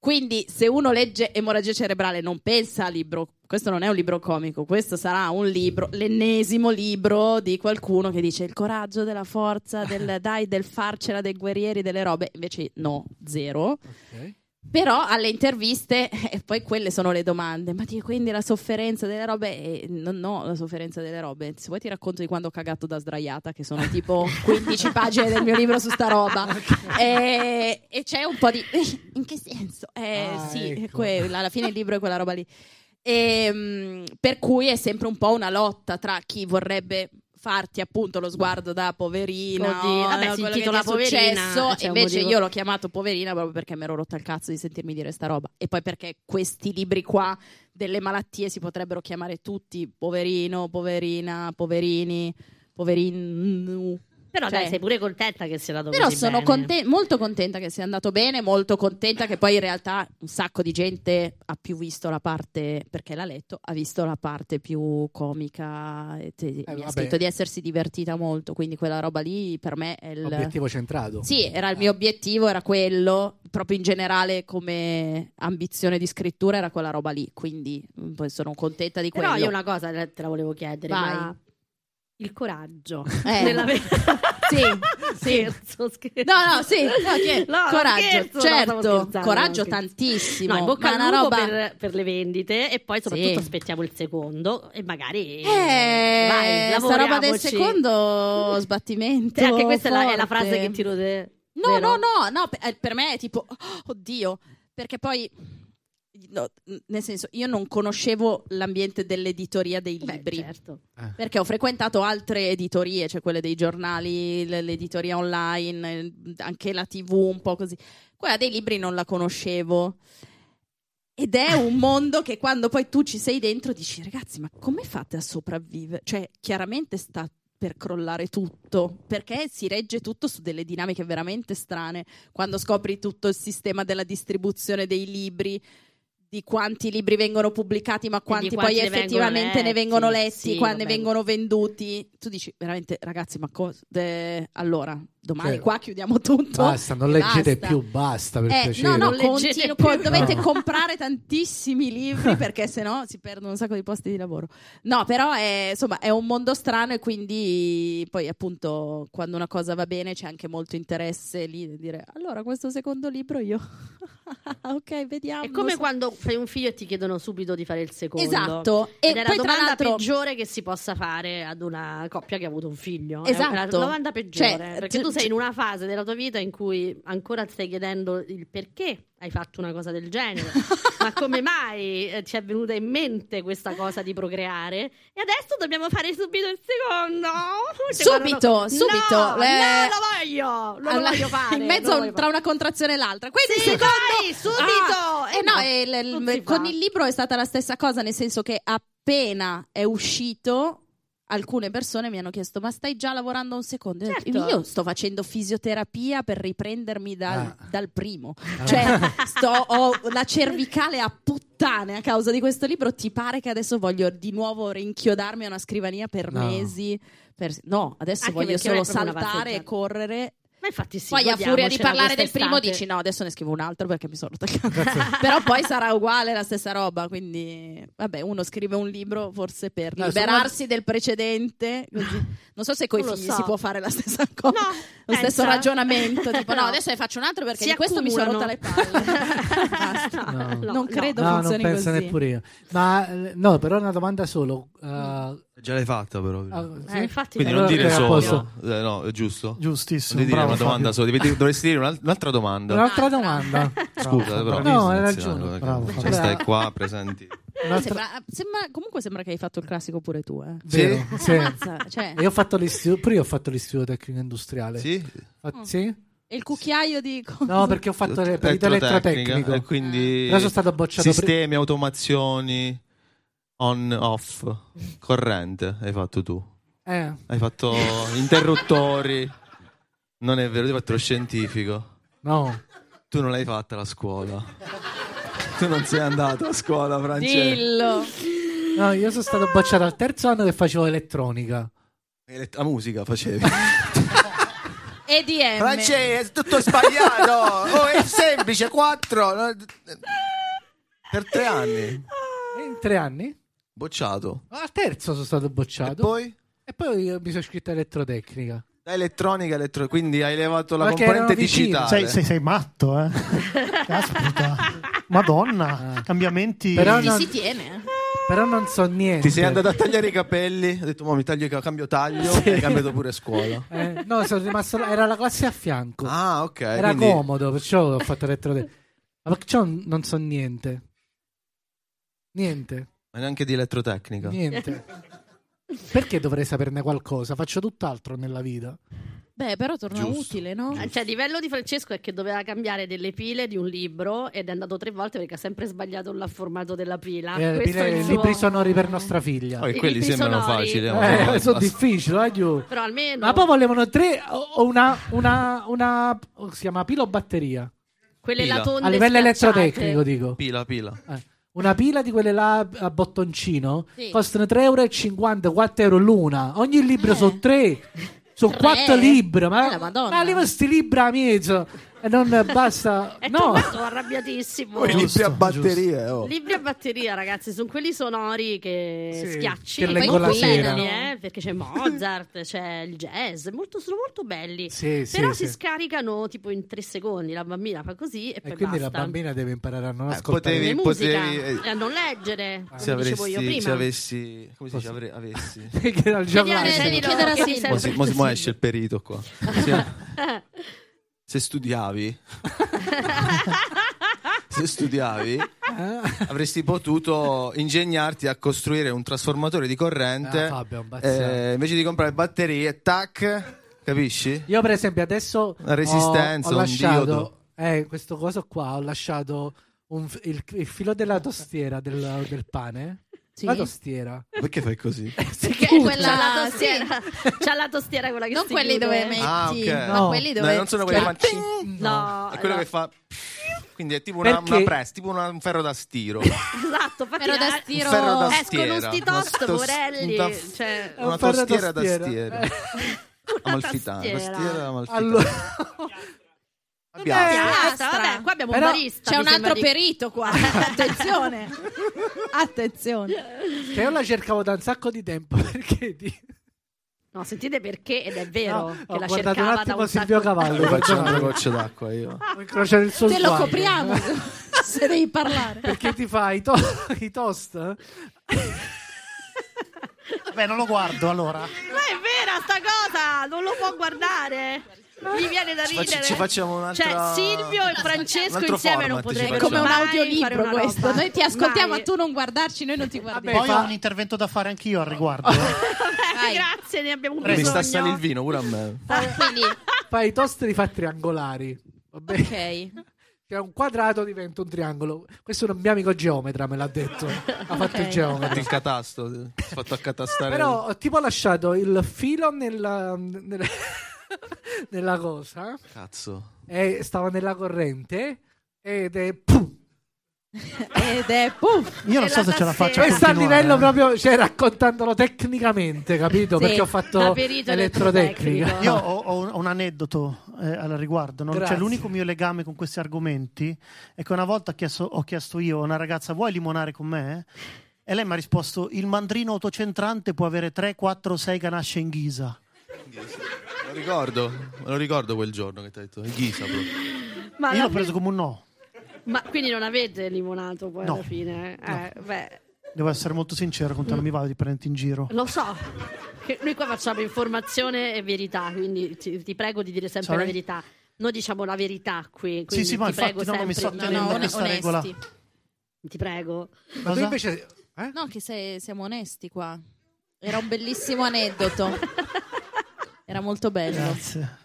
D: Quindi se uno legge emorragia cerebrale non pensa a libro, questo non è un libro comico, questo sarà un libro, l'ennesimo libro di qualcuno che dice il coraggio della forza, del dai, del farcela, dei guerrieri, delle robe, invece no, zero.
B: ok.
D: Però alle interviste, e poi quelle sono le domande, ma ti- quindi la sofferenza delle robe, eh, non ho la sofferenza delle robe, se vuoi ti racconto di quando ho cagato da sdraiata, che sono tipo 15 pagine del mio libro su sta roba,
C: Eh.
D: e, Eh, e c'è un po' di... in che senso? Eh,
B: Ah,
D: sì,
B: ecco.
D: quella- alla fine il libro è quella Ehm, roba lì. E, mm, per cui è sempre un po' una lotta tra chi vorrebbe farti appunto lo sguardo da poverina.
C: Oddio, vabbè,
D: no,
C: si
D: quello che
C: intitola
D: ti è
C: Poverina,
D: successo.
C: cioè, un
D: Invece
C: motivo.
D: io l'ho chiamato poverina proprio perché mi ero rotta il cazzo di sentirmi dire sta roba. E poi perché questi libri qua delle malattie si potrebbero chiamare tutti poverino, poverina, poverini, poverin.
C: Però
D: Cioè-
C: dai, sei pure contenta che sia andato
D: Però
C: così
D: sono
C: bene.
D: conte- molto contenta che sia andato bene, molto contenta che poi in realtà un sacco di gente ha più visto la parte, perché l'ha letto, ha visto la parte più comica, e te- mi ha
B: Eh, vabbè.
D: scritto di essersi divertita molto, quindi quella roba lì per me è il...
B: Obiettivo Eh. centrato.
D: Sì, era il mio obiettivo, era quello, proprio in generale come ambizione di scrittura era quella roba lì, quindi mm, poi sono contenta di quello.
C: Però io una cosa le- te la volevo chiedere.
D: Vai.
C: ma Il coraggio.
D: Eh.
C: Nella ve-
D: Sì, sì.
C: Scherzo, scherzo.
D: No, no, sì, no, che-
C: No, no,
D: coraggio,
C: scherzo, no, stavo
D: certo,
C: scherzando,
D: coraggio
C: no, scherzo.
D: tantissimo,
C: No, in bocca
D: ma
C: al
D: una
C: lupo
D: roba...
C: per, per le vendite e poi soprattutto
D: Sì.
C: aspettiamo il secondo e magari
D: Eh,
C: vai,
D: sta roba del
C: lavoriamoci.
D: secondo sbattimento.
C: Sì, anche questa è la, è la
D: forte.
C: frase che tiro te.
D: No,
C: vero?
D: no, no, no, per, eh, per me è tipo, "Oh, oddio, perché poi, no, nel senso, io non conoscevo l'ambiente dell'editoria dei
C: Beh,
D: libri.
C: certo.
D: Perché ho frequentato altre editorie, cioè quelle dei giornali, l- l'editoria online, eh, anche la TV, un po' così. Quella dei libri non la conoscevo. Ed è un mondo che quando poi tu ci sei dentro dici, ragazzi, ma come fate a sopravvivere? Cioè, chiaramente sta per crollare tutto, perché si regge tutto su delle dinamiche veramente strane. Quando scopri tutto il sistema della distribuzione dei libri, di quanti libri vengono pubblicati, ma quanti,
C: quanti
D: poi
C: ne vengono
D: effettivamente ne
C: letti.
D: vengono letti,
C: Sì,
D: quando ne
C: vabbè.
D: vengono venduti, tu dici veramente, ragazzi, ma cosa? Allora, domani
B: Cioè,
D: qua chiudiamo tutto.
B: Basta, non
D: e
B: leggete
D: basta.
B: più, basta per
D: Eh,
B: piacere.
D: no, no,
C: Non leggete
D: continu-
C: più.
D: co- dovete
B: No.
D: comprare tantissimi libri perché sennò si perdono un sacco di posti di lavoro. No, però è, insomma, è un mondo strano e quindi poi appunto quando una cosa va bene c'è anche molto interesse lì di dire allora questo secondo libro io ok, vediamo.
C: È come
D: so-
C: quando fai un figlio e ti chiedono subito di fare il secondo.
D: Esatto,
C: Ed
D: e
C: è la
D: poi tra
C: domanda
D: l'altro
C: peggiore che si possa fare ad una coppia che ha avuto un figlio. È la
D: Esatto.
C: domanda peggiore.
D: Cioè,
C: perché
D: c-
C: tu sei
D: c-
C: in una fase della tua vita in cui ancora ti stai chiedendo il perché hai fatto una cosa del genere. Ma come mai eh, ci è venuta in mente questa cosa di procreare? E adesso dobbiamo fare subito il secondo. Cioè,
D: Subito,
C: guarda, no,
D: subito.
C: No, no,
D: Eh,
C: lo voglio. Lo
D: alla-
C: voglio fare.
D: in
C: lo
D: mezzo
C: voglio
D: tra una contrazione e l'altra. Quindi
C: Sì,
D: secondo
C: vai, subito!
D: Ah,
C: Eh
D: eh no,
C: no,
D: e l-
C: non
D: l-
C: si
D: con
C: fa.
D: il libro è stata la stessa cosa, nel senso che appena è uscito alcune persone mi hanno chiesto "Ma stai già lavorando a un secondo?". Io ho detto,
C: Certo.
D: Io sto facendo fisioterapia per riprendermi dal,
B: Ah.
D: dal primo.
B: Ah.
D: Cioè, sto, ho la cervicale a puttane a causa di questo libro. Ti pare che adesso voglio di nuovo rinchiodarmi a una scrivania per
B: No.
D: mesi? Per- No, adesso
C: Anche
D: voglio
C: perché non
D: solo
C: è proprio una
D: saltare e
C: passeggiata.
D: correre
C: Ma infatti sì,
D: poi a furia di
C: godiamocela
D: parlare del
C: quest'estate.
D: primo dici no, adesso ne scrivo un altro perché mi sono attaccata. Però poi sarà uguale la stessa roba, quindi vabbè, uno scrive un libro forse per
B: No,
D: liberarsi del precedente, così. Non so se coi
C: Non lo
D: figli
C: so.
D: si può fare la stessa cosa.
C: No,
D: Lo stesso
C: pensa.
D: ragionamento, tipo no,
C: No.
D: adesso ne faccio un altro perché
C: Si
D: di questo
C: accumulano.
D: mi sono rotta le palle. Basta.
B: No.
C: No,
D: non
C: no.
D: credo
B: No, non
D: funzioni
B: penso
D: così. Mm.
B: neppure io. Ma eh, no, però una domanda solo. eh,
F: Già l'hai fatta, però.
B: ah, sì?
C: Eh, infatti
F: Quindi
B: Allora,
F: non dire
B: eh, a
F: solo.
B: posto.
F: Eh, no, è giusto?
E: Giustissimo.
F: Non devi dire
B: bravo,
F: una domanda
B: Fabio.
F: sola, devi- dovresti dire un'al- un'altra domanda.
B: Un'altra
D: Un'altra.
B: domanda.
F: Scusa, però.
B: No, hai
F: Inizia,
B: ragione.
F: perché-
B: Bravo,
F: cioè,
B: Fabio.
F: stai qua, presenti.
B: Un'altra-
D: Sembra- sembra- comunque sembra che hai fatto il classico pure tu, eh.
B: Vero,
F: Sì?
B: sì.
D: Ammazza, cioè,
B: Io ho fatto l'istituto, pure io ho fatto l'istituto tecnico industriale.
F: Sì?
B: Fa- sì?
D: e il cucchiaio di
B: No, perché ho fatto le- perito elettrotecnico.
F: e eh, quindi
B: Però sono stato bocciato.
F: sistemi, automazioni on off, corrente hai fatto tu.
B: pri- eh.
F: Hai fatto interruttori. Non è vero, ti hai fatto lo scientifico.
B: No,
F: Tu non l'hai fatta la scuola. Tu non sei andato a scuola, Francesco.
D: Dillo.
B: no, io sono stato bocciato al terzo anno che facevo elettronica.
F: Ele- La musica facevi.
D: EDM.
F: Francesco, è tutto sbagliato. Oh, è semplice, quattro. No, d- Per tre anni.
B: E in tre anni?
F: Bocciato.
B: Al terzo sono stato
F: E
B: bocciato.
F: poi?
B: E poi io mi sono iscritto a elettrotecnica.
F: Da elettronica, a elettro- quindi hai levato la
B: Perché
F: componente
B: erano vicini.
F: digitale.
E: Sei, sei- sei matto, eh? Caspita. Madonna,
B: Ah.
E: cambiamenti.
B: Però
D: Ci
B: no.
D: si tiene.
B: Però non so niente.
F: Ti sei andato a tagliare i capelli, ho detto, ma mi taglio i ca- cambio taglio, e hai cambiato pure scuola.
B: Eh, no, sono rimasto. là- Era la classe a fianco.
F: Ah, ok.
B: Era
F: quindi-
B: comodo, perciò ho fatto elettrotecnica. Ma perciò non so niente. Niente.
F: Ma neanche di elettrotecnica.
B: Niente. Perché dovrei saperne qualcosa? Faccio tutt'altro nella vita.
D: Beh, però torna
F: Giusto.
D: utile, no?
F: Giusto.
C: Cioè, il livello di Francesco è che doveva cambiare delle pile di un libro ed è andato tre volte perché ha sempre sbagliato il formato della pila.
B: Eh,
C: Ah, Questo è il
B: I
C: suo-
B: libri sonori per nostra figlia.
F: Poi
C: I
F: quelli
C: libri
F: sembrano
C: sonori.
F: facili. ma-
B: Eh, sono difficili, eh, Giù.
C: Però almeno
B: Ma poi volevano tre o o una, una, una oh, si chiama pila o batteria?
C: quelle
F: Pila.
C: latonde
B: A livello
C: schiacciate.
B: elettrotecnico, dico.
F: Pila, pila.
B: Eh, Una pila di quelle là a bottoncino
D: Sì.
B: costano 3,50 euro, 4 euro l'una. Ogni libro
D: Eh.
B: sono tre, sono
D: Tre?
B: quattro libri.
D: Eh,
B: Ma,
D: la Madonna.
B: ma arriva sti libri a mezzo e non basta.
C: È
B: no,
C: tornato Eh, certo, arrabbiatissimo.
A: Poi libri a
E: giusto.
A: batterie, oh.
C: Libri a batteria, ragazzi, sono quelli sonori che
B: Sì,
C: schiacci
B: che
C: e
B: leggo
C: poi
B: la
C: compilano,
D: sera.
C: eh, perché c'è Mozart, c'è il jazz, molto- sono molto belli.
B: Sì, sì,
C: Però
B: sì.
C: si scaricano tipo in tre secondi, la bambina fa così e poi
B: e quindi la
C: basta.
B: bambina deve imparare a non
F: Eh,
B: ascoltare.
F: potevi-
C: Le musica,
F: potevi-
C: e a non leggere,
B: Ah.
C: come
F: Se
C: dicevo io
F: avresti,
C: prima.
F: se avessi, come si dice, avre- avessi.
B: Perché era il
C: Chiedere-
B: giornale.
D: chiedere-
C: chiedilo-
D: chiedere a
C: chiedi
D: Silvia.
F: Mo
C: sempre
F: si,
C: a
F: mo si- mo
C: Silvia.
F: esce il perito qua. Se, se studiavi, se studiavi,
B: Eh?
F: avresti potuto ingegnarti a costruire un trasformatore di corrente.
B: Ah, Fabio, è un bazziano.
F: eh, invece di comprare batterie, tac, capisci?
B: Io, per esempio, adesso
F: Una resistenza,
B: ho, ho
F: un
B: lasciato
F: diodo.
B: eh, questo coso qua. Ho lasciato un f- il, il filo della tostiera del, del pane.
D: Sì.
B: La tostiera.
F: Perché fai così?
C: Perché
D: Scusa.
C: quella la
D: Sì.
C: tostiera, c'ha la tostiera quella che
D: Non
C: si
D: quelli
C: chiude.
D: dove metti,
F: Ah, ok.
D: ma
B: No.
D: quelli
F: No,
D: dove
F: non sono quelli che
D: schiacci.
F: fanno-
C: No,
F: È quello
C: no.
F: che fa. Quindi è tipo una,
B: Perché-
F: una press, tipo una- un ferro da stiro.
C: Esatto, infatti
D: Ferro da
C: eh,
F: Un
D: stiro.
F: ferro da
C: Escono
F: stiera.
C: sti
F: Una
C: toast,
F: stos-
C: porelli,
F: una-
C: cioè-
B: È un
F: Una
B: ferro da
F: tostiera da
B: stiera.
F: stiera.
B: Eh.
F: Amalfitana.
C: tastiera.
F: Tostiera amalfitana.
B: Allora,
F: Abbiamo.
C: Piastra,
D: Piastra.
C: vabbè, qua abbiamo
B: Però
C: un Eh, barista.
D: Eh, C'è
C: mi
D: un
C: sembra
D: altro
C: di-
D: perito qua. Attenzione. Attenzione.
B: che io la cercavo da un sacco di tempo perché di-
C: No, sentite perché, ed è vero,
B: No,
C: che
B: ho
C: la
B: guardato
C: cercava
B: un
C: da
B: attimo
C: un
B: Silvio
C: sacco-
B: Cavallo.
F: Faccio una
B: perdonami.
F: goccia d'acqua io.
B: Ho incrociato il suo
D: Te lo
B: sguardo.
D: copriamo se devi parlare.
B: Perché ti fa i, to- i toast?
E: Beh, non lo guardo allora.
C: Ma è vera sta cosa, non lo può guardare. Mi viene da
F: Ci facci-
C: ridere.
F: ci facciamo un'altra-
C: Cioè, Silvio e
F: Un
C: Francesco
F: altro
C: insieme non
F: format ci facciamo.
C: potrebbero
D: Come un
C: mai fare
D: audiolibro
C: una roba.
D: questo. Noi ti ascoltiamo
C: Mai.
D: a tu non guardarci, noi non ti guardiamo.
B: Vabbè,
E: Poi
B: fa-
E: ho un intervento da fare anch'io al riguardo. eh.
D: Vai.
C: Grazie, ne abbiamo
F: Mi
C: bisogno.
F: sta salendo il vino pure a me.
D: Tranquilli.
B: Fai i toast li fa triangolari. Vabbè.
D: Ok.
B: Cioè un quadrato diventa un triangolo. Questo è un mio amico geometra me l'ha detto. Ha fatto il
D: Ok.
F: Ho fatto
B: geometra.
F: il catasto. Ho fatto accatastare.
B: Però ho tipo lasciato il filo nella, nella, nella cosa
F: Cazzo.
B: e stava nella corrente ed è pum,
D: Ed è puff.
E: Io non
C: E
E: so
C: la
E: se ce la faccio.
B: Questo Cioè,
C: tastiera.
E: a
B: a
E: continuare,
B: livello
E: eh.
B: proprio, cioè raccontandolo tecnicamente, capito?
D: Sì,
B: Perché ho
C: da
B: fatto
C: perito
B: elettrotecnica.
C: elettrotecnico.
E: Io ho, ho un- ho un aneddoto eh, al riguardo. no? Cioè,
B: Grazie.
E: l'unico mio legame con questi argomenti è che una volta ho chiesto, ho chiesto io a una ragazza: vuoi limonare con me? E lei mi ha risposto: il mandrino autocentrante può avere 3, 4, 6 ganasce in ghisa.
F: Lo ricordo. Me lo ricordo quel giorno che ti ho detto. è Ghisa proprio.
C: Ma,
E: Io l'ho
C: Ah, la-
E: preso come un no.
C: ma quindi non avete limonato poi
E: No.
C: alla fine? eh? Eh, beh,
E: Devo essere molto sincero con te, non mi va di prenderti in giro.
C: lo so. Che noi qua facciamo informazione e verità, quindi ti, ti prego di dire sempre
E: Sorry?
C: la verità. Noi diciamo la verità qui, quindi
E: Sì, sì, ma
C: ti
E: infatti
C: prego
E: no, non mi sto
C: sempre
D: No,
C: di-
E: tenendo
D: no, one-
E: questa regola.
D: onesti.
C: Ti prego.
B: Ma tu
E: Cosa?
B: invece... eh?
D: No, che se- siamo onesti qua. Era un bellissimo aneddoto. Era molto bello.
E: Grazie.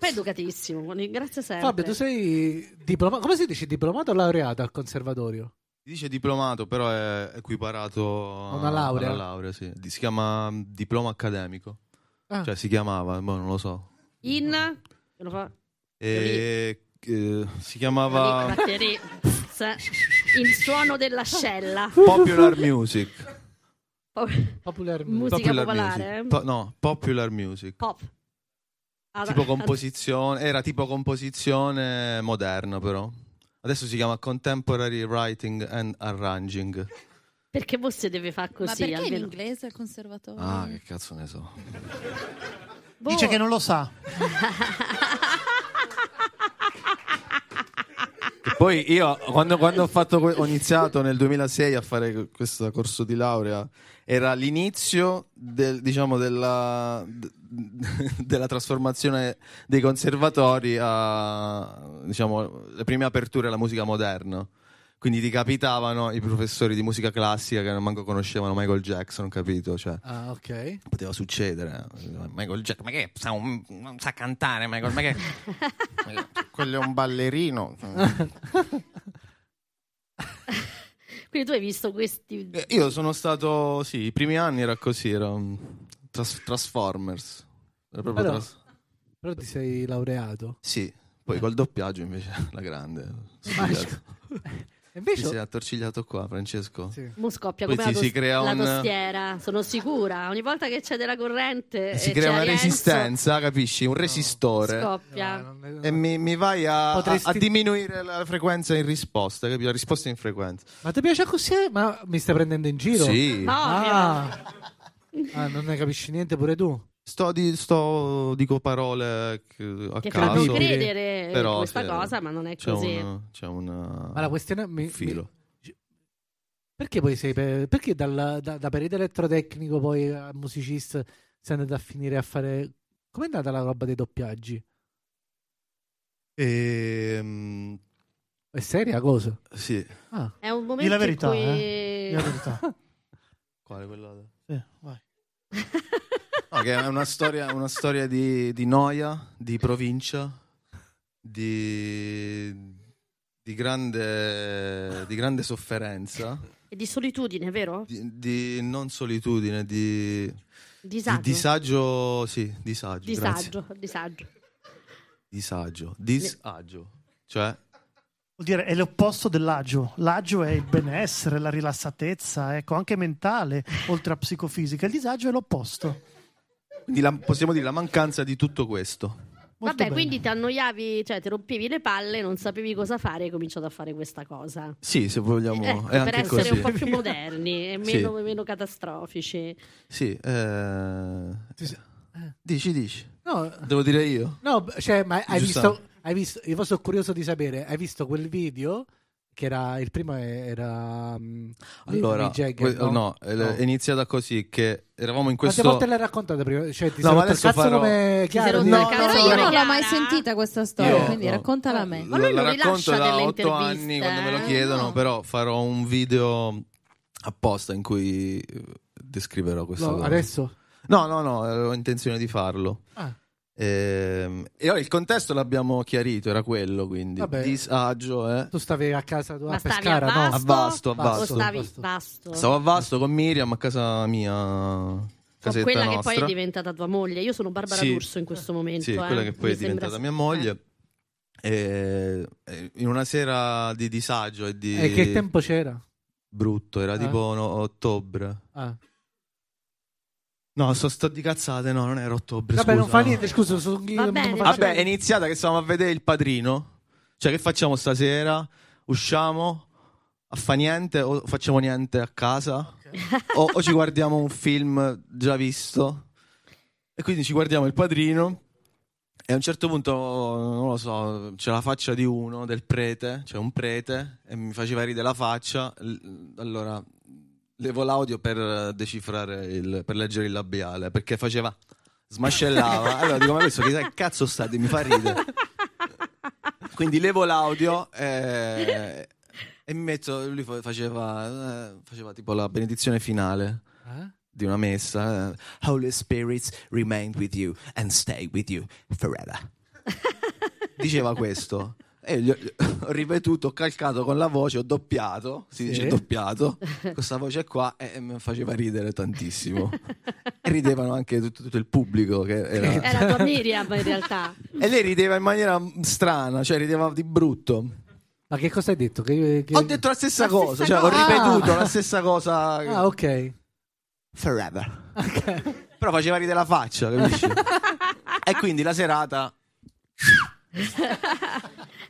C: Poi è educatissimo, quindi grazie sempre.
B: Fabio, tu sei diplomato... Come si dice? Diplomato o laureato al conservatorio?
F: Si dice diplomato, però è equiparato a
B: Una laurea?
F: alla laurea, sì. Di- Si chiama mm, diploma accademico.
B: Ah.
F: Cioè si chiamava, boh, non lo so.
C: In... Ve lo fa-
F: E, eh, si
C: lo
F: chiamava
C: dico, batteri- se- Il suono dell'ascella.
F: Popular Music.
C: Pop.
B: Popular
C: Musica
F: Popular
C: popolare?
B: eh?
F: Music. Po- no, Popular Music.
C: Pop. Ah,
F: Tipo
C: ah,
F: composizione, era tipo composizione moderna però. Adesso si chiama Contemporary Writing and Arranging.
C: Perché forse deve fare
D: Ma
C: così?
D: perché in
C: almeno.
D: inglese il conservatorio?
F: Ah, che cazzo ne so.
C: Boh.
E: Dice che non lo sa.
F: Poi io, quando, quando ho, fatto que- ho iniziato nel 2006 a fare que- questo corso di laurea, era l'inizio del- diciamo, della, d- della trasformazione dei conservatori a, diciamo, le prime aperture alla musica moderna. Quindi ti capitavano i professori di musica classica che non manco conoscevano Michael Jackson, capito? Cioè,
B: Ah, ok.
F: poteva succedere. eh. Michael Jackson, ma che sa un- non sa cantare Michael, ma che...
G: Quello è un ballerino.
C: Quindi tu hai visto questi...
F: Eh, Io sono stato, sì, i primi anni era così, era un tras- Transformers. Era proprio
B: Però-
F: tras-
B: Però ti sei laureato.
F: sì,
B: Eh.
F: poi col doppiaggio invece, la grande. Studiato.
B: E
F: Ti sei
B: Invece...
F: attorcigliato qua, Francesco?
B: Sì.
C: Mo scoppia
F: Poi
C: come
F: si-
C: la, tos-
F: si crea
C: la
F: un-
C: tostiera, sono sicura. Ogni volta che c'è della corrente
F: E si
C: e
F: crea
C: c'è
F: una
C: Renzo,
F: resistenza, capisci? Un resistore.
E: Ah,
C: Scoppia.
B: No, non è-
F: E mi, mi vai a, a-
B: Potresti-
F: a diminuire la frequenza in risposta, capito? La risposta in frequenza.
B: Ma ti piace così? Ma mi stai prendendo in giro?
F: Sì.
C: Ma ovvio.
B: Ah. Ah, non ne capisci niente pure tu?
F: Sto, di- sto- dico parole che- a
C: che fanno
F: caso.
B: credere
C: credere
F: Però,
C: questa
F: sì,
C: cosa, ma non è
F: C'è
C: così.
F: un, c'è una-
B: Ma la questione... Mi,
F: un filo.
B: Perché poi sei pe- perché dal, da, da perito elettrotecnico poi a musicista sei andato a finire a fare com'è andata la roba dei doppiaggi?
F: Ehm,
B: È seria cosa?
F: sì.
B: Ah,
C: È un momento
E: Dì la verità,
C: in cui...
E: eh. Dì la verità.
F: Quale quello?
E: Sì, vai.
F: No, che è una storia, una storia di, di noia, di provincia, di, di grande, di grande sofferenza,
C: E di solitudine, vero?
F: di, di non solitudine, di, di
C: Disagio.
F: disagio. Sì, disagio. grazie.
C: disagio, disagio.
F: Disagio. Disagio. Cioè,
E: Vuol dire è l'opposto dell'agio. L'agio è il benessere, la rilassatezza, ecco, anche mentale, oltre a psicofisica. Il disagio è l'opposto.
F: quindi la- possiamo dire la mancanza di tutto questo.
E: Molto
C: Vabbè,
E: bene.
C: quindi ti annoiavi, cioè ti rompevi le palle, non sapevi cosa fare, hai cominciato a fare questa cosa.
F: Sì, se vogliamo.
C: Ecco,
F: è
C: per
F: anche
C: essere
F: così.
C: un po' più moderni e meno,
F: Sì.
C: meno catastrofici.
F: Sì, eh, dici, dici.
B: no,
F: Devo dire io.
B: no, cioè, ma hai
F: Giusto.
B: visto, hai visto io sono curioso di sapere, hai visto quel video che era il primo era mm,
F: Allora,
B: Mick Jagger,
F: que- no, eh,
B: No.
F: è iniziata così che eravamo in
B: Quante
F: questo
B: volte l'hai raccontata prima? Cioè,
F: No,
B: ti sei
F: ma
B: rotto il
F: adesso
B: cazzo
F: farò-
B: come chiaro?
C: rotto
B: di-
C: il
B: No,
C: cazzo
B: no,
C: come
B: no,
C: chiaro.
B: no.
C: Chiara?
D: questa
F: Io- no.
D: raccontala a me.
C: Ma lui
F: la
C: non
F: racconto
C: rilascia
F: da
C: delle
F: otto
C: interviste,
F: anni quando me lo
C: eh?
F: chiedono,
D: No.
F: però farò un video apposta in cui eh, descriverò questo.
B: No, adesso
F: No, no, no, avevo intenzione di farlo.
B: Ah.
F: Ehm, E ora il contesto l'abbiamo chiarito, era quello quindi.
B: Vabbè.
F: Disagio, eh.
B: tu stavi a casa tua
C: Ma
B: a
C: stavi a
B: Pescara, no?
C: Vasto?
F: A Vasto, a
C: O
F: Vasto.
C: stavi
B: Vasto.
C: vasto.
F: Stavo a Vasto con Miriam a casa mia,
C: Con
F: casetta
C: quella
F: nostra.
C: che poi è diventata tua moglie. Io sono Barbara
F: Sì.
C: D'Urso in questo momento.
F: Sì,
C: eh.
F: quella che poi
C: Mi
F: è diventata
C: sembra- eh.
F: mia moglie. E- e in una sera di disagio e di
B: E Eh, che tempo Eh. c'era?
F: brutto, era tipo no- ottobre.
B: Ah.
F: No, sto, sto di cazzate, no, non era ottobre.
B: Vabbè, non
F: scusa,
B: fa
F: no.
B: niente, scusa, sono
C: Va bene.
F: Vabbè, è iniziata che stavamo a vedere il padrino. Cioè, che facciamo stasera? Usciamo? A fa niente? O facciamo niente a casa? O, o ci guardiamo un film già visto? E quindi ci guardiamo il padrino. E a un certo punto, non lo so, c'è la faccia di uno, del prete, cioè un prete, e mi faceva ridere la faccia. L- Allora, levo l'audio per eh, decifrare, il, per leggere il labiale, perché faceva smascellava. Allora dico, ma questo chissà che cazzo sta, di- mi fa ridere. Quindi levo l'audio eh, e mi metto, lui fa- faceva, eh, faceva tipo la benedizione finale di una messa. eh, Holy Spirits remain with you and stay with you forever. Diceva questo. E io gli ho, ho ripetuto, ho calcato con la voce, ho doppiato, si
B: Sì.
F: dice doppiato, questa voce qua e mi faceva ridere tantissimo. E ridevano anche tutto, tutto il pubblico che era...
C: Era tua Miriam in realtà.
F: E lei rideva in maniera strana, cioè rideva di brutto.
B: Ma che cosa hai detto? Che- che-
F: Ho detto la stessa
C: La
F: cosa, cioè
C: stessa cosa.
F: ho ripetuto la stessa cosa.
B: Ah, ok.
F: Forever. Però faceva ridere la faccia, capisci? e quindi la serata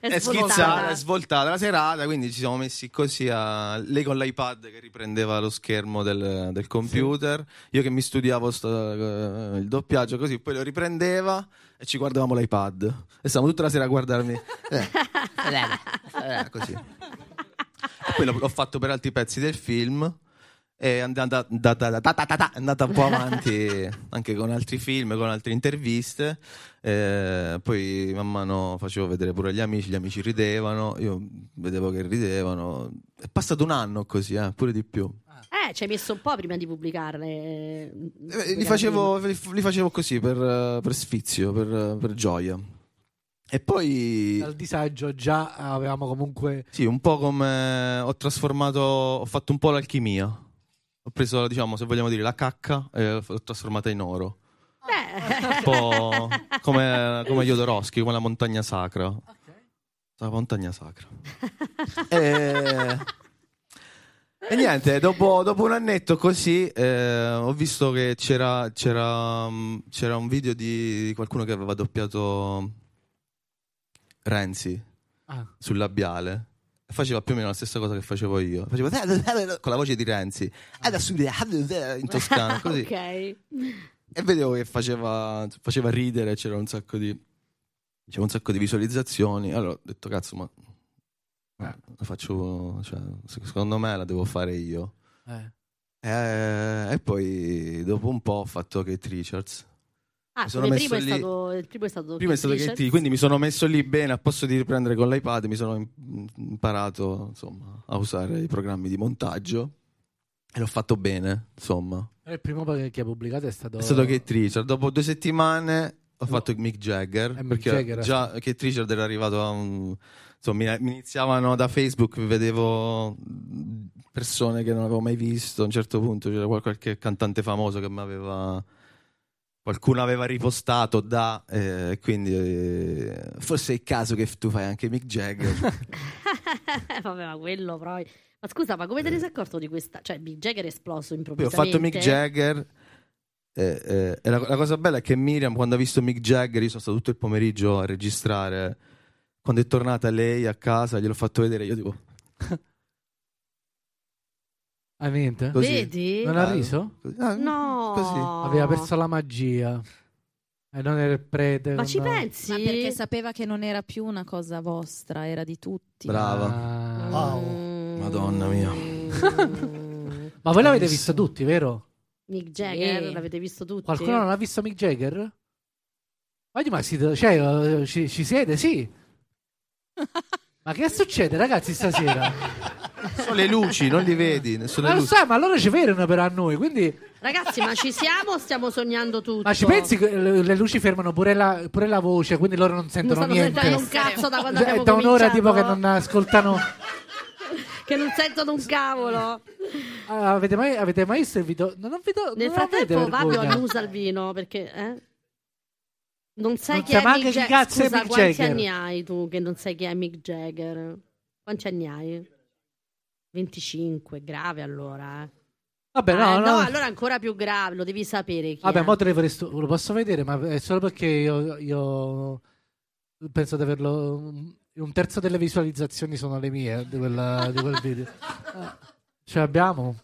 C: È,
F: è schizzata,
C: svoltata.
F: è svoltata la serata, quindi ci siamo messi così a... Lei con l'iPad che riprendeva lo schermo del, del computer, io che mi studiavo sto- eh, il doppiaggio così, poi lo riprendeva e ci guardavamo l'iPad. E stavamo tutta la sera a guardarmi. Eh, eh, eh, così. E poi l'ho, l'ho fatto per altri pezzi del film. È andata, andata- da- da- da- da- da- è andata un po' avanti anche con altri film, con altre interviste. Eh, poi man mano facevo vedere pure agli amici, gli amici ridevano, io vedevo che ridevano. È passato un anno così, eh, pure di più.
C: Eh, ci hai messo un po' prima di pubblicarle. eh,
F: Eh,
C: pubblicare
F: Li facevo, li facevo così per, eh, per sfizio, per, eh, per gioia. E poi
B: Dal disagio già avevamo comunque
F: Sì, un po' come ho trasformato, ho fatto un po' l'alchimia. Ho preso, diciamo, se vogliamo dire, la cacca e l'ho trasformata in oro. Un po' come, come Jodorowsky, come la montagna sacra. La montagna sacra. e... e niente, dopo, dopo un annetto così eh, ho visto che c'era, c'era, mm, c'era un video di di qualcuno che aveva doppiato Renzi
B: Ah.
F: sul labiale. E Faceva più o meno la stessa cosa che facevo io. Faceva con la voce di Renzi. Adesso- In toscano,
C: ok.
F: così. E vedevo che faceva, faceva ridere, c'era un sacco di c'era un sacco di visualizzazioni. Allora ho detto cazzo, ma la faccio cioè, sec- secondo me la devo fare io.
B: eh,
F: Eh, E, poi dopo un po' ho fatto Kate Richards.
C: Ah,
F: Mi sono
C: come
F: messo
C: primo,
F: lì-
C: è stato, il primo è stato.
F: Prima è
C: Keith
F: stato Kate,
C: Richards.
F: Richards, quindi mi sono messo lì bene, a posto di riprendere con l'iPad, mi sono im- imparato, insomma, a usare i programmi di montaggio e l'ho fatto bene, insomma.
B: il primo che che ha pubblicato è stato
F: È stato Kate Richard. Dopo due settimane ho fatto Mick Jagger.
B: Eh, Mick
F: perché
B: Jagger.
F: già Kate Richard era arrivato a un. Insomma, mi mi iniziavano da Facebook, vedevo mh, persone che non avevo mai visto. A un certo punto c'era qual- qualche cantante famoso che mi aveva. Qualcuno aveva ripostato da. eh, quindi eh, forse è il caso che f- tu fai anche Mick Jagger.
C: Vabbè, ma quello poi. Ma scusa, ma come te ne sei accorto di questa? Cioè, Mick Jagger è esploso
F: Poi ho
C: improvvisamente.
F: fatto Mick Jagger. eh, eh, e la, la cosa bella è che Miriam, quando ha visto Mick Jagger, io sono stato tutto il pomeriggio a registrare. Quando è tornata lei a casa, gliel'ho fatto vedere. Io tipo,
B: Ah, niente?
F: così.
C: Vedi?
B: Non ha riso?
F: Così. Ah,
C: No.
F: Così.
B: Aveva perso la magia. E non era il prete.
C: Ma ci
B: quando-
C: pensi?
D: Ma perché sapeva che non era più una cosa vostra, era di tutti.
F: Brava.
B: Ah.
F: Wow. Madonna mia.
C: mia.
B: Ma voi l'avete visto tutti, vero?
C: Mick Jagger,
D: Sì.
C: l'avete visto tutti?
B: Qualcuno non ha visto Mick Jagger? Ma, ma siete- cioè, eh, ci, ci siete? Sì. Ma che succede, ragazzi, stasera?
F: Sono le luci, non li vedi. Sono
B: Ma
F: le
B: lo
F: luci.
B: sai, ma allora ci vedono per a noi, quindi...
C: Ragazzi, ma ci siamo o stiamo sognando tutto?
B: Ma ci pensi che le le luci fermano pure la, pure la voce, quindi loro non
C: Non
B: sentono
C: stanno
B: niente.
C: sentendo un cazzo da quando
B: Cioè,
C: abbiamo
B: È da un'ora
C: cominciato,
B: tipo che non ascoltano...
C: che non sentono un cavolo.
B: Ah, avete, mai, avete mai visto il video? No, non vi do-
C: Nel
B: non avete
C: frattempo Fabio
B: vergogna.
C: annusa il vino perché eh? non sai
B: Non
C: chi
B: sa
C: è
B: manco
C: Mick
B: chi
C: Jagger.
B: cazzo è
C: Scusa,
B: Mick
C: quanti
B: Jagger?
C: anni hai tu che non sai chi è Mick Jagger? Quanti anni hai? 25, grave allora. eh.
B: Vabbè, no,
C: Eh,
B: no.
C: allora ancora più grave, lo devi sapere chi
B: Vabbè,
C: è.
B: mo te le presto- lo posso vedere, ma è solo perché io, io penso di averlo. Un terzo delle visualizzazioni sono le mie di, quella- di quel video. Ah, Ce l'abbiamo?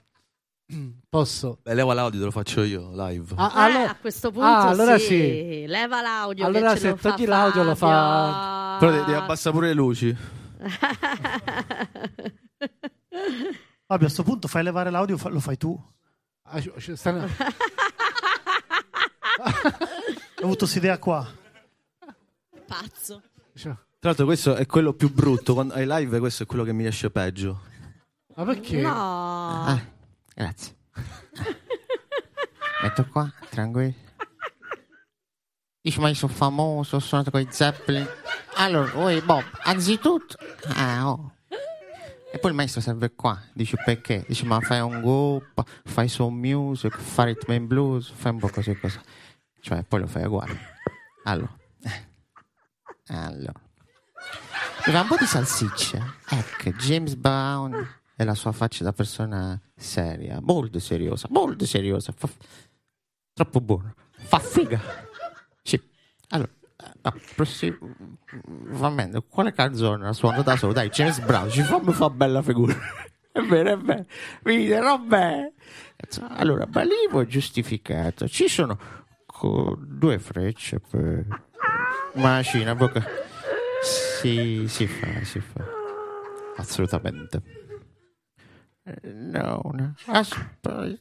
B: Posso?
F: Beh, leva l'audio, te lo faccio io live.
B: Ah,
C: Eh,
B: allo-
C: a questo punto
B: ah, allora
C: sì.
B: sì.
C: leva l'audio. che
B: Allora
C: ce
B: se
C: lo fa
B: togli l'audio lo fa-
C: Fabio.
F: Però devi, devi abbassare pure le luci.
E: Fabio, a sto punto fai levare l'audio, fa- lo fai tu.
B: ah, ci- ci stanno-
E: Ho avuto questa idea qua.
D: Pazzo.
B: cioè,
F: Tra l'altro, questo è quello più brutto. Quando ai live, questo è quello che mi esce peggio.
B: ma perché?
F: Eh,
C: no.
G: Ah, Grazie. Metto qua, tranquillo. Dici, ma io sono famoso, sono andato con i Zeppelin. Allora, oi, Bob, anzitutto... Ah, oh. E poi il maestro serve qua, dici perché? Dici ma fai un gruppo, fai soul music, fai rhythm and blues, fai un po' così e così. Cioè, poi lo fai uguale. Allora. Eh. Allora. Mi fa un po' di salsiccia. Ecco, James Brown e la sua faccia da persona seria, molto seriosa, molto seriosa. Fa- Troppo buono. Fa figa. Sì. Allora, eh, no, prossi- va bene, quale canzone la suono da solo? Dai, James Brown, ci fammi fa bella figura. È vero, è vero. Vide, vabbè. Cazzo, Allora, Balivo è giustificato. Ci sono co- due frecce per... boh, Macina, bocca. Si, si fa, si fa. Assolutamente. Non aspe...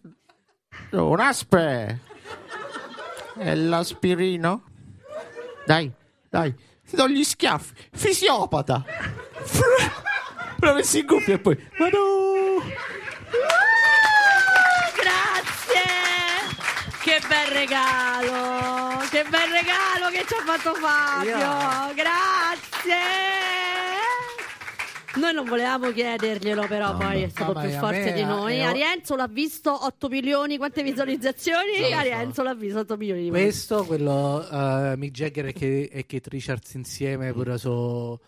G: Non aspe... È l'aspirino? Dai, dai, ti do gli schiaffi. Fisiopata. Fr- Però messi in cuffia e poi... Ma no!
C: Ah, Grazie! Che bel regalo! Che bel regalo che ci ha fatto Fabio! Grazie! Noi non volevamo chiederglielo, però poi è stato
B: Ma
C: più
B: è a
C: forte
B: me,
C: di
B: eh,
C: noi.
B: eh, oh.
C: Arienzo l'ha visto 8 milioni, quante visualizzazioni? Arienzo l'ha visto 8 milioni di
B: Questo, quello eh, Mick Jagger e Keith, e Keith Richards
C: Mm.
B: insieme, pure su...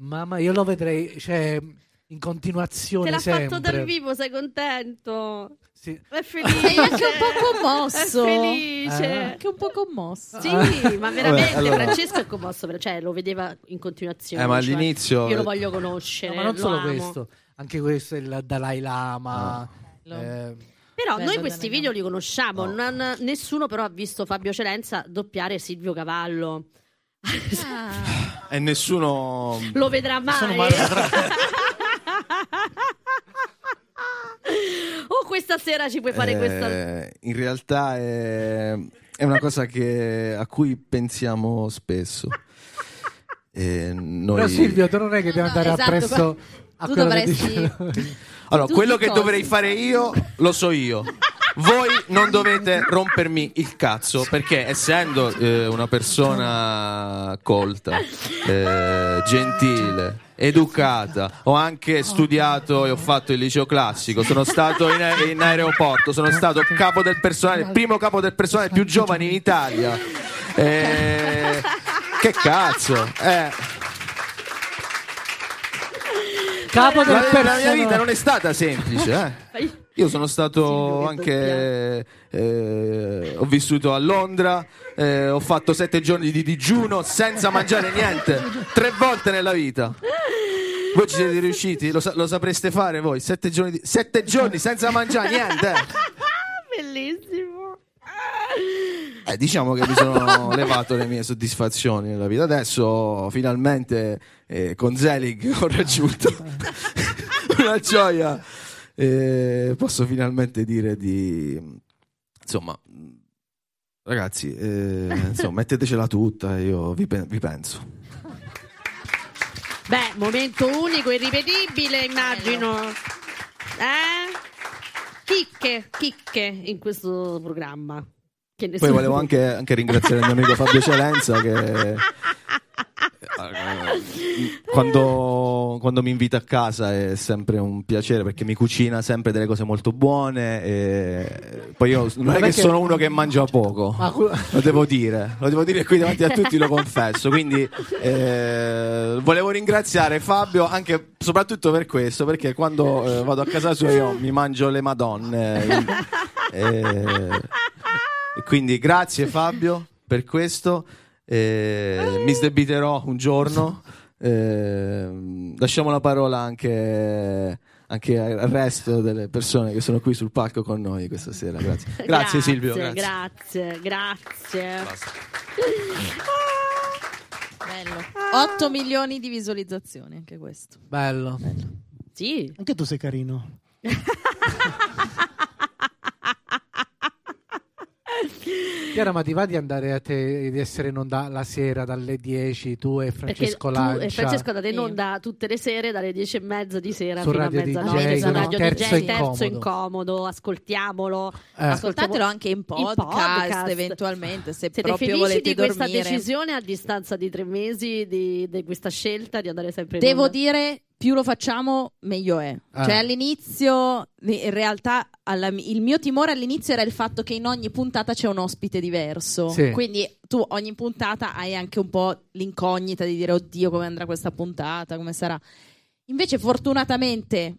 B: Mamma, io lo vedrei, cioè, in continuazione
C: Te l'ha
B: sempre.
C: fatto dal vivo, sei contento?
B: Sì.
C: È felice!
D: Sei anche un po' commosso.
C: È felice!
B: Eh.
D: Anche un po' commosso.
C: Sì, ma
F: Vabbè,
C: veramente
F: allora.
C: Francesco è commosso, per- cioè lo vedeva in continuazione.
F: Eh, ma
C: cioè,
F: all'inizio-
C: Io lo voglio conoscere.
B: No, ma non
C: Cioè, lo
B: solo
C: amo.
B: questo, anche questo, il Dalai
F: Ah.
B: Lama. eh,
C: Però
D: Bello,
C: noi questi
D: Damiano.
C: video li conosciamo,
F: No.
C: non- nessuno però ha visto Fabio Celenza doppiare Silvio Cavallo.
D: Ah,
F: eh, E nessuno.
C: Lo vedrà mai.
E: mai lo vedrà.
C: oh, questa sera ci puoi fare
F: Eh,
C: questa.
F: In realtà è, è una cosa che- a cui pensiamo spesso. Eh, noi-
B: Però Silvio, tu non è che devi
D: No,
B: andare
D: esatto,
B: appresso a
D: tu
B: quello
D: dovresti-
B: che dici.
F: allora,
D: tutti
F: quello che
D: cosa?
F: dovrei fare io lo so io. Voi non dovete rompermi il cazzo perché, essendo eh, una persona colta, eh, gentile, educata, ho anche studiato e ho fatto il liceo classico. Sono stato in, a- in aeroporto, sono stato capo del personale, il primo capo del personale più giovane in Italia. Eh, che cazzo, eh.
B: Capo del
F: La, la mia
B: personale.
F: vita non è stata semplice, eh. Io sono stato anche. eh, ho vissuto a Londra, eh, ho fatto sette giorni di digiuno senza mangiare niente, tre volte nella vita. Voi ci siete riusciti? Lo, sa- lo sapreste fare voi? Sette giorni, di- sette giorni senza mangiare niente?
C: Bellissimo.
F: Eh, diciamo che mi sono levato le mie soddisfazioni nella vita. Adesso finalmente eh, con Zelig ho raggiunto una gioia. Eh, posso finalmente dire di insomma, ragazzi, eh, insomma, mettetecela tutta. Io vi, pe- vi penso.
C: Beh, momento unico, irripetibile, immagino. Eh? Chicche, chicche in questo programma. Che ne
F: Poi
C: so.
F: volevo anche, anche ringraziare il mio amico Fabio Celenza che Eh, quando, quando mi invita a casa è sempre un piacere perché mi cucina sempre delle cose molto buone. E poi io non è che
B: perché-
F: sono uno che mangia poco,
B: Ma cu-
F: lo devo dire, lo devo dire qui davanti a tutti, lo confesso. Quindi eh, volevo ringraziare Fabio anche soprattutto per questo perché quando eh, vado a casa sua io mi mangio le madonne. Eh, e quindi grazie Fabio per questo. eh, mi sdebiterò un giorno. eh, lasciamo la parola anche, anche al resto delle persone che sono qui sul palco con noi questa sera. Grazie, grazie, Silvio. Grazie.
C: Grazie, grazie.
F: Basta.
D: Bello. 8 milioni di visualizzazioni anche questo.
B: Bello.
C: Sì.
E: Anche tu sei carino.
B: Chiara, ma ti va di andare a te, di essere in onda la sera dalle 10, tu e
C: Perché
B: Francesco
C: tu
B: Lancia.
C: e Francesco andate in
D: Sì.
C: onda tutte le sere dalle 10 e mezza di sera
B: Su
C: fino a
B: Radio
C: mezzanotte
D: DJ,
C: su Radio
D: no?
C: DJ,
D: Terzo
C: terzo
B: incomodo.
C: incomodo, ascoltiamolo.
B: Eh.
D: Ascoltatelo anche in podcast,
C: podcast.
D: eventualmente, se
C: Siete
D: proprio
C: felici
D: volete
C: di questa
D: dormire.
C: decisione a distanza di tre mesi di, di questa scelta di andare sempre in
D: Devo
C: onda?
D: dire, più lo facciamo, meglio è.
B: Ah.
D: Cioè, all'inizio, in realtà, alla- il mio timore all'inizio era il fatto che in ogni puntata c'è un ospite diverso.
B: Sì.
D: Quindi tu ogni puntata hai anche un po' l'incognita di dire, oddio, come andrà questa puntata, come sarà. Invece, fortunatamente.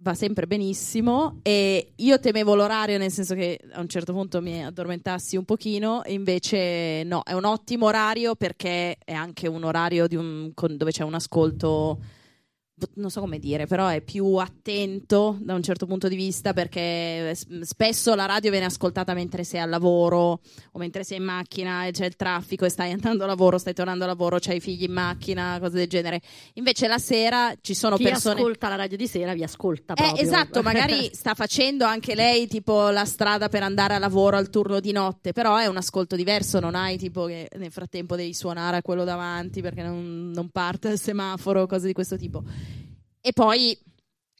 D: Va sempre benissimo e io temevo l'orario nel senso che a un certo punto mi addormentassi un pochino, e invece no, è un ottimo orario perché è anche un orario di un- con- dove c'è un ascolto non so come dire, però è più attento da un certo punto di vista perché s- spesso la radio viene ascoltata mentre sei al lavoro o mentre sei in macchina e c'è il traffico e stai andando a lavoro, stai tornando a lavoro, c'hai i figli in macchina, cose del genere. Invece la sera ci sono
C: Chi
D: persone
C: ascolta la radio di sera vi ascolta
D: eh,
C: proprio.
D: esatto, magari sta facendo anche lei tipo la strada per andare a lavoro al turno di notte, però è un ascolto diverso, non hai tipo che nel frattempo devi suonare a quello davanti perché non, non parte il semaforo, cose di questo tipo. E poi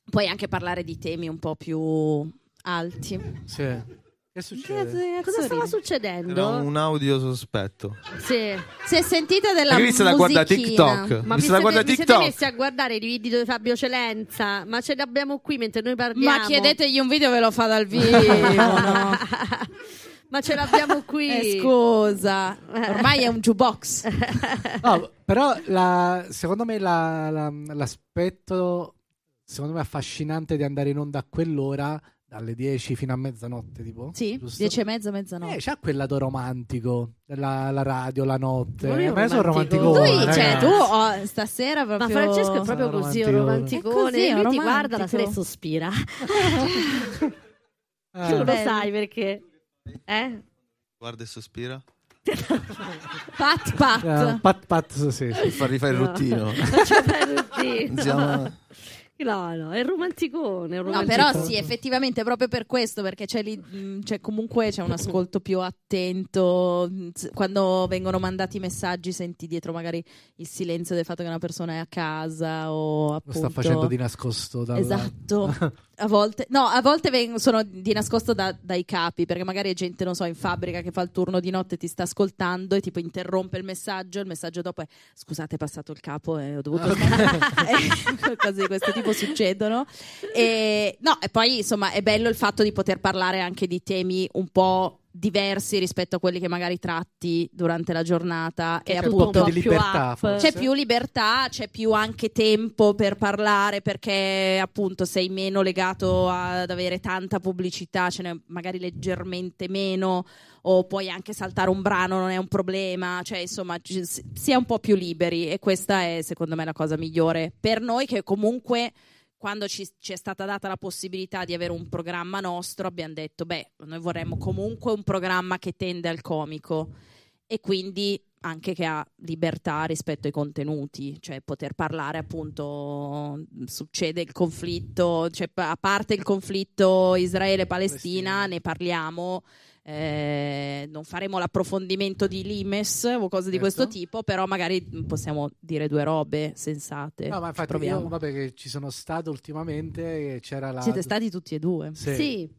D: puoi anche parlare di temi un po' più alti.
B: Sì. Che succede?
C: Cosa stava
F: Era
C: succedendo?
F: un audio sospetto.
C: Sì.
D: Se sentite della
F: Perché lì se la guarda
D: musichina-
F: TikTok.
C: Ma
F: Mi
C: vi
F: se la
C: siete,
F: guarda
C: vi siete
F: TikTok.
C: messi a guardare i video di Fabio Celenza? Ma ce li abbiamo qui mentre noi parliamo.
D: Ma chiedetegli un video, ve lo fa dal vivo. no?
C: Ma ce l'abbiamo qui.
D: Eh, scusa, ormai è un jukebox.
B: No, però la- secondo me la- la- l'aspetto secondo me affascinante di andare in onda a quell'ora dalle 10 fino a mezzanotte tipo
D: Sì,
B: giusto?
D: 10 e mezza, mezzanotte.
B: eh, c'è quel lato romantico la, la radio la notte
C: Ma non è
B: ma io sono
C: romantico.
B: romantico eh.
D: Lui,
C: Oh,
D: cioè,
C: ragazzi.
D: tu oh, stasera proprio...
C: Ma Francesco è proprio
B: Sono
C: così, un
B: romantico.
C: romanticone.
D: È così, è
C: Lui ti
D: romantico.
C: guarda la sera e sospira.
B: Eh,
C: tu lo
D: Bello.
C: sai perché. Eh?
F: Guarda e sospira.
D: Pat, pat.
B: Eh, pat pat sì, sì.
F: Per far rifare il
C: No.
F: ruttino.
C: Cioè, per dire,
F: Siamo-
C: No, no, è un romanticone. è un
D: No,
C: romanticone.
D: però sì, effettivamente proprio per questo, perché c'è lì, mh, c'è comunque c'è un ascolto più attento. mh, s- Quando vengono mandati i messaggi, senti dietro magari il silenzio del fatto che una persona è a casa o
B: lo
D: appunto.
B: sta facendo di nascosto dalla-
D: Esatto, a volte, no, a volte veng- sono di nascosto da- dai capi perché magari è gente, non so, in fabbrica che fa il turno di notte e ti sta ascoltando e tipo interrompe il messaggio. Il messaggio dopo è scusate, è passato il capo e ho dovuto. Eh, Cose di questo tipo succedono. E, no, e poi insomma è bello il fatto di poter parlare anche di temi un po' diversi rispetto a quelli che magari tratti durante la giornata
C: Che
D: e
C: è
B: un
C: tutto
D: appunto
B: po' di
C: più
B: libertà,
C: up.
B: forse.
D: c'è più libertà, c'è più anche tempo per parlare perché appunto sei meno legato ad avere tanta pubblicità, ce n'è magari leggermente meno o puoi anche saltare un brano, non è un problema, cioè insomma ci- si si è un po' più liberi e questa è secondo me la cosa migliore per noi che comunque quando ci, ci è stata data la possibilità di avere un programma nostro abbiamo detto beh noi vorremmo comunque un programma che tende al comico e quindi anche che ha libertà rispetto ai contenuti, cioè poter parlare appunto succede il conflitto, cioè pa- a parte il conflitto Israele-Palestina
B: Palestina.
D: ne parliamo, eh, non faremo l'approfondimento di Limes o cose
B: Certo.
D: di questo tipo, però magari possiamo dire due robe sensate.
B: no ma
D: Ci
B: infatti
D: proviamo.
B: io vabbè che ci sono stato ultimamente e c'era la
D: Siete stati tutti e due.
B: Sì.
C: Sì.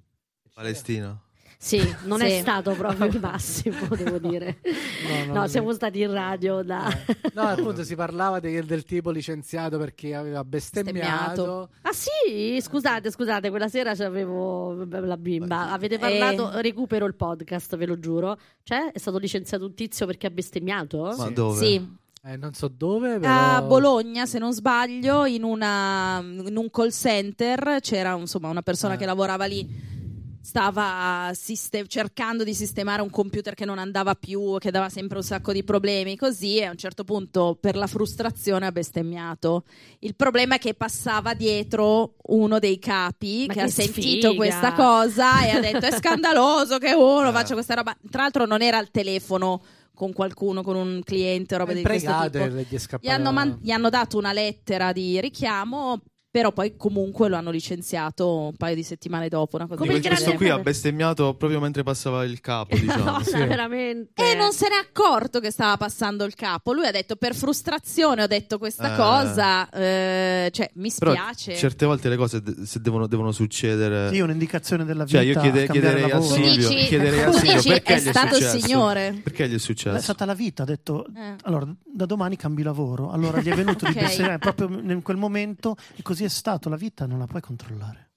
F: Palestina.
C: Sì, non
D: Sì.
C: è stato proprio il massimo, devo dire.
B: No, no,
C: No,
B: no. Eh.
C: siamo stati in radio da...
B: No, appunto si parlava de- del tipo licenziato perché aveva bestemmiato.
C: Ah sì, scusate, scusate, quella sera c'avevo la bimba. Avete parlato,
D: Eh.
C: recupero il podcast, ve lo giuro. Cioè, è stato licenziato un tizio perché ha bestemmiato?
F: Ma
B: Sì.
F: dove?
D: Sì,
B: Eh, non so dove, però...
C: Ah,
D: a Bologna, se non sbaglio, in, una- in un call center c'era insomma una persona
B: Ah.
D: che lavorava lì. Stava siste- cercando di sistemare un computer che non andava più, che dava sempre un sacco di problemi, così e a un certo punto per la frustrazione ha bestemmiato. Il problema è che passava dietro uno dei capi
C: Ma
D: che,
C: che
D: ha sentito
C: sfiga!
D: questa cosa e ha detto è scandaloso che uno
B: Eh.
F: Ah.
D: faccia questa roba. Tra l'altro non era al telefono con qualcuno, con un cliente o roba di questo
B: Eh, Pregate,
D: tipo.
B: gli è
D: Gli
B: scappata-
D: hanno, man- gli hanno dato una lettera di richiamo, però poi comunque lo hanno licenziato un paio di settimane dopo. Una cosa
C: Come
F: Dico,
C: il
D: del
C: grande
F: questo qui
D: genere.
F: ha bestemmiato proprio mentre passava il capo, diciamo.
C: Madonna,
B: Sì.
C: veramente.
D: E Eh, non se n'è accorto che stava passando il capo. Lui ha detto per frustrazione ho detto questa
F: Eh.
D: cosa, eh, cioè mi
F: Però
D: spiace.
F: certe volte le cose de- se devono, devono succedere.
E: Io un'indicazione della vita.
F: Eh. Cioè, io chiede-
E: cambiare
F: chiederei a
E: lavoro.
D: Tu
F: Silvio,
D: dici-
F: chiederei a
D: tu
F: Silvio
D: dici,
F: perché
D: è
F: gli è
D: stato il
F: successo?
D: signore.
F: Perché gli è
E: È
F: successo?
E: stata la vita, ha detto
D: Eh.
E: allora da domani cambi lavoro. Allora gli è venuto
D: Ok.
E: di pensare "Eh, proprio in quel momento e così è stato. La vita non la puoi controllare.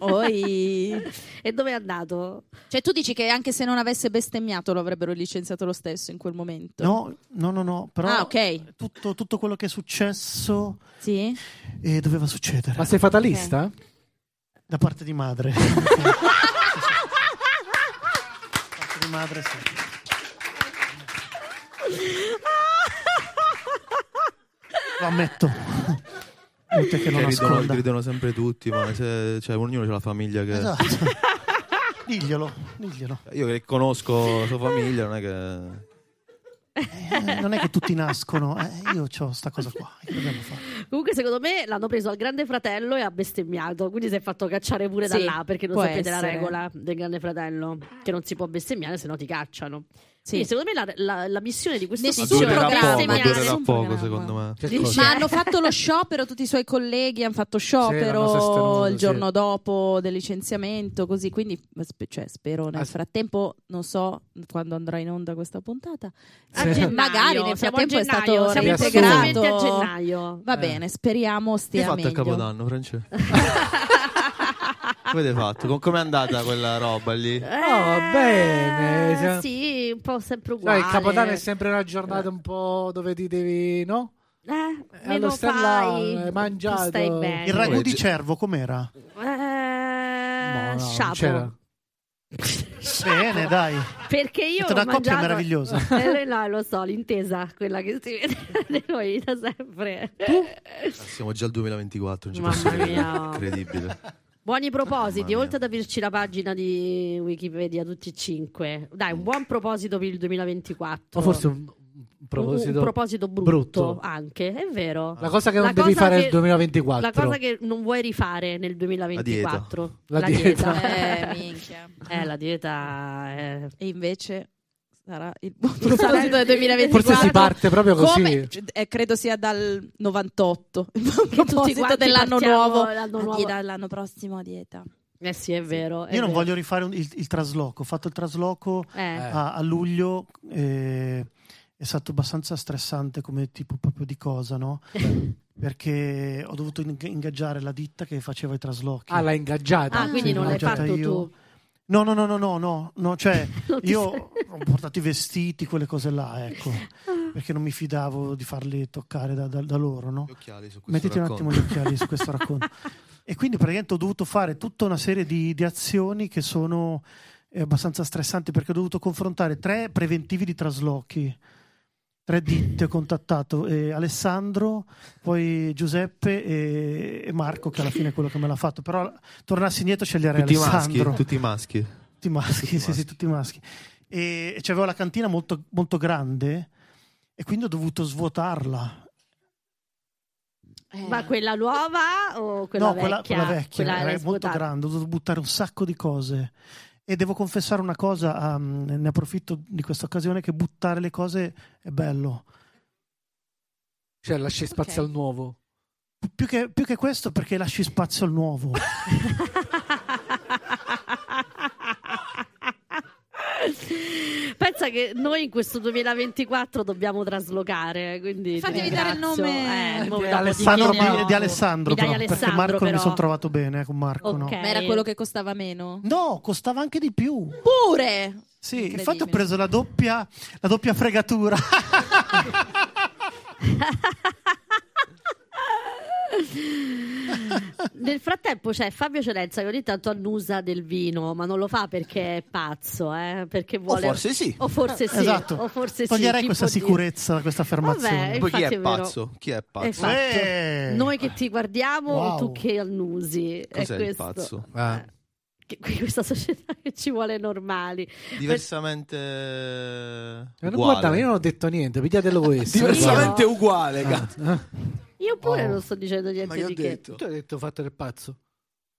D: Oi.
C: E dove è andato?
D: Cioè tu dici che anche se non avesse bestemmiato lo avrebbero licenziato lo stesso in quel momento.
E: No, no, no, no. Però
D: Ah, ok.
E: tutto, tutto quello che è successo
D: Sì.
E: eh, doveva succedere
B: Ma sei fatalista?
E: da parte di madre. da parte di madre, sì.
B: Ah!
E: Lo ammetto. mute che non
D: Cioè,
F: Che ridono,
E: ascolta.
F: ridono sempre tutti, ma se- cioè, ognuno ha la famiglia che...
E: Esatto. diglielo, diglielo.
F: Io che conosco la sua famiglia, non è che...
E: Eh, non è che tutti nascono. eh, io ho sta cosa qua. Che dobbiamo fare?
C: Comunque, secondo me l'hanno preso al Grande Fratello e ha bestemmiato. Quindi si è fatto cacciare pure
D: Sì,
C: da là perché non
D: può
C: sapete la
D: essere.
C: regola del Grande Fratello, che non si può bestemmiare, se no ti cacciano.
D: Sì.
C: Quindi, secondo me, la, la- la missione di questo
D: Nessun
F: Ma
C: tizio era
F: durerà poco, ma
D: programma.
C: bestemmiare.
F: durerà
D: Nessun
F: poco
D: programma.
F: secondo me.
B: Che
C: Dici-
B: cosa?
D: Ma hanno fatto lo sciopero, tutti i suoi colleghi hanno fatto
B: l'hanno
D: sciopero
B: sostenuto,
D: il
B: sì.
D: giorno dopo del licenziamento, così quindi spe- cioè, spero nel
B: Ah, sì.
D: frattempo, non so quando andrà in onda questa puntata,
C: A
B: Sì.
C: gennaio,
D: magari nel
C: siamo
D: frattempo
C: a
D: è
C: gennaio,
D: stato
C: siamo
B: reintegrato.
C: esattamente a gennaio.
D: va
B: Eh.
D: bene, speriamo
F: Che hai
D: stia
F: fatto a
D: meglio.
F: Capodanno, Francesco? Come avete fatto? Com- Com'è andata quella roba lì?
B: Oh, bene,
C: Eh,
B: siamo-
C: Sì, un po' sempre
B: Sai,
C: uguale.
B: il Capodanno è sempre una giornata un po' dove ti devi, no?
C: Eh,
B: Eh,
C: meno
B: allo stellare,
C: fai,
B: hai
C: più
B: mangiato.
C: stai bene.
E: Il ragù
F: Come
E: di
F: gi-
E: cervo com'era?
C: Eh,
B: No, no, non
C: sciapo.
B: c'era.
E: Bene, dai.
C: Perché io
E: Siete una
C: ho
E: coppia
C: mangiato-
E: meravigliosa.
C: Eh, no, lo so, l'intesa, quella che si vede da noi da sempre.
F: Siamo già al 2024, non ci
C: Mamma
F: posso credere.
C: mia.
F: Incredibile.
C: Buoni propositi,
F: Mamma mia.
C: oltre ad averci la pagina di Wikipedia tutti e cinque. Dai, un buon proposito per il 2024.
B: O forse un, un proposito.
C: Un- un proposito brutto,
B: brutto.
C: anche, è vero.
B: La cosa che
C: La
B: non devi
C: cosa
B: fare
C: che-
B: nel 2024.
C: La cosa che non vuoi rifare nel 2024.
B: La dieta. La
D: Eh, minchia.
C: Eh, la dieta è...
D: E invece sarà il buon proposito del 2024.
B: Forse si parte proprio così.
D: Come? C- eh, credo sia dal 98, il buon
C: tutti
D: proposito
C: quanti
D: dell'anno
C: partiamo
D: nuovo.
C: l'anno
D: La
C: nuovo. Ah,
D: dieta dell'anno prossimo a dieta.
C: Eh sì, è vero. è
E: Io non
C: vero.
E: voglio rifare un- il, il trasloco. Ho fatto il trasloco
C: Eh.
B: Eh.
E: a, a luglio. eh, è stato abbastanza stressante come tipo proprio di cosa, no? Perché ho dovuto ing- ingaggiare la ditta che faceva i traslochi.
B: Ah, l'ha ingaggiata.
C: Ah, quindi
E: Sì,
C: non l'hai
B: certo,
E: mangiata
C: fatto
E: io.
C: tu.
E: No, no, no, no, no, no, no, cioè
C: Non ti
E: io
C: sei-
E: ho portato i vestiti, quelle cose là, ecco, perché non mi fidavo di farli toccare da, da- da loro, no?
F: Gli occhiali su questo
E: Mettiti
F: racconto.
E: un attimo gli occhiali su questo racconto. E quindi praticamente ho dovuto fare tutta una serie di, di azioni che sono eh, abbastanza stressanti perché ho dovuto confrontare tre preventivi di traslochi, tre ditte ho contattato, eh, Alessandro, poi Giuseppe e, e Marco che alla fine è quello che me l'ha fatto, però tornassi indietro sceglierei
F: Tutti maschi,
E: Alessandro.
F: tutti maschi.
E: Tutti
F: Tutti
E: maschi, sì, sì,
F: maschi.
E: tutti maschi. E e c'avevo la cantina molto, molto grande e quindi ho dovuto svuotarla.
D: Eh,
C: Ma quella nuova o quella
E: Eh. no,
C: vecchia?
E: quella, quella vecchia,
C: Quella
E: era
C: l'hai
E: molto
C: svuotata.
E: grande, ho dovuto buttare un sacco di cose. E devo confessare una cosa, ah, mh, ne approfitto di questa occasione, che buttare le cose è bello.
B: Cioè, lasci spazio
D: Ok.
B: al nuovo.
E: Pi- Più che, più che questo perché lasci spazio al nuovo.
C: Pensa che noi in questo 2024 dobbiamo traslocare, quindi
D: Fatevi
C: ti
D: dare il
C: ringrazio.
D: nome.
C: Eh,
D: Di
C: mo dopo
E: Alessandro,
C: ti chiederò-
E: di, di Alessandro,
C: Mi dai
E: però, perché
C: Alessandro,
E: Marco mi
C: però.
E: sono trovato bene eh, con Marco.
C: Ok.
E: No.
D: Ma era quello che costava meno?
E: no, costava anche di più.
D: Pure!
E: Sì,
D: Incredibile.
E: infatti ho preso la doppia, la doppia fregatura.
C: Nel frattempo c'è Fabio Cerenza che ogni tanto annusa del vino, ma non lo fa perché è pazzo, eh, perché vuole...
F: Oh, forse sì.
C: O forse sì.
E: esatto.
C: o forse sì,
E: Toglierei
C: chi
E: questa
C: può dire?
E: sicurezza da questa
C: Vabbè,
E: affermazione.
F: Poi chi
C: infatti
F: è
C: è vero.
F: pazzo? Chi è pazzo?
C: Esatto.
E: Eh.
C: Noi che ti guardiamo o
E: Wow.
C: tu che annusi? È
F: Cos'è il
C: questo. Eh,
F: pazzo?
B: Ah.
C: Che- qui questa società che ci vuole normali.
F: Diversamente
B: Eh,
F: uguale.
B: non guardate, io non ho detto niente, pigliatelo questo.
F: Diversamente
C: Io-
F: uguale, cazzo.
C: Io pure
B: Oh.
C: non sto dicendo niente
F: Ma io ho
C: di che.
F: detto.
B: Tu hai detto fatto del pazzo.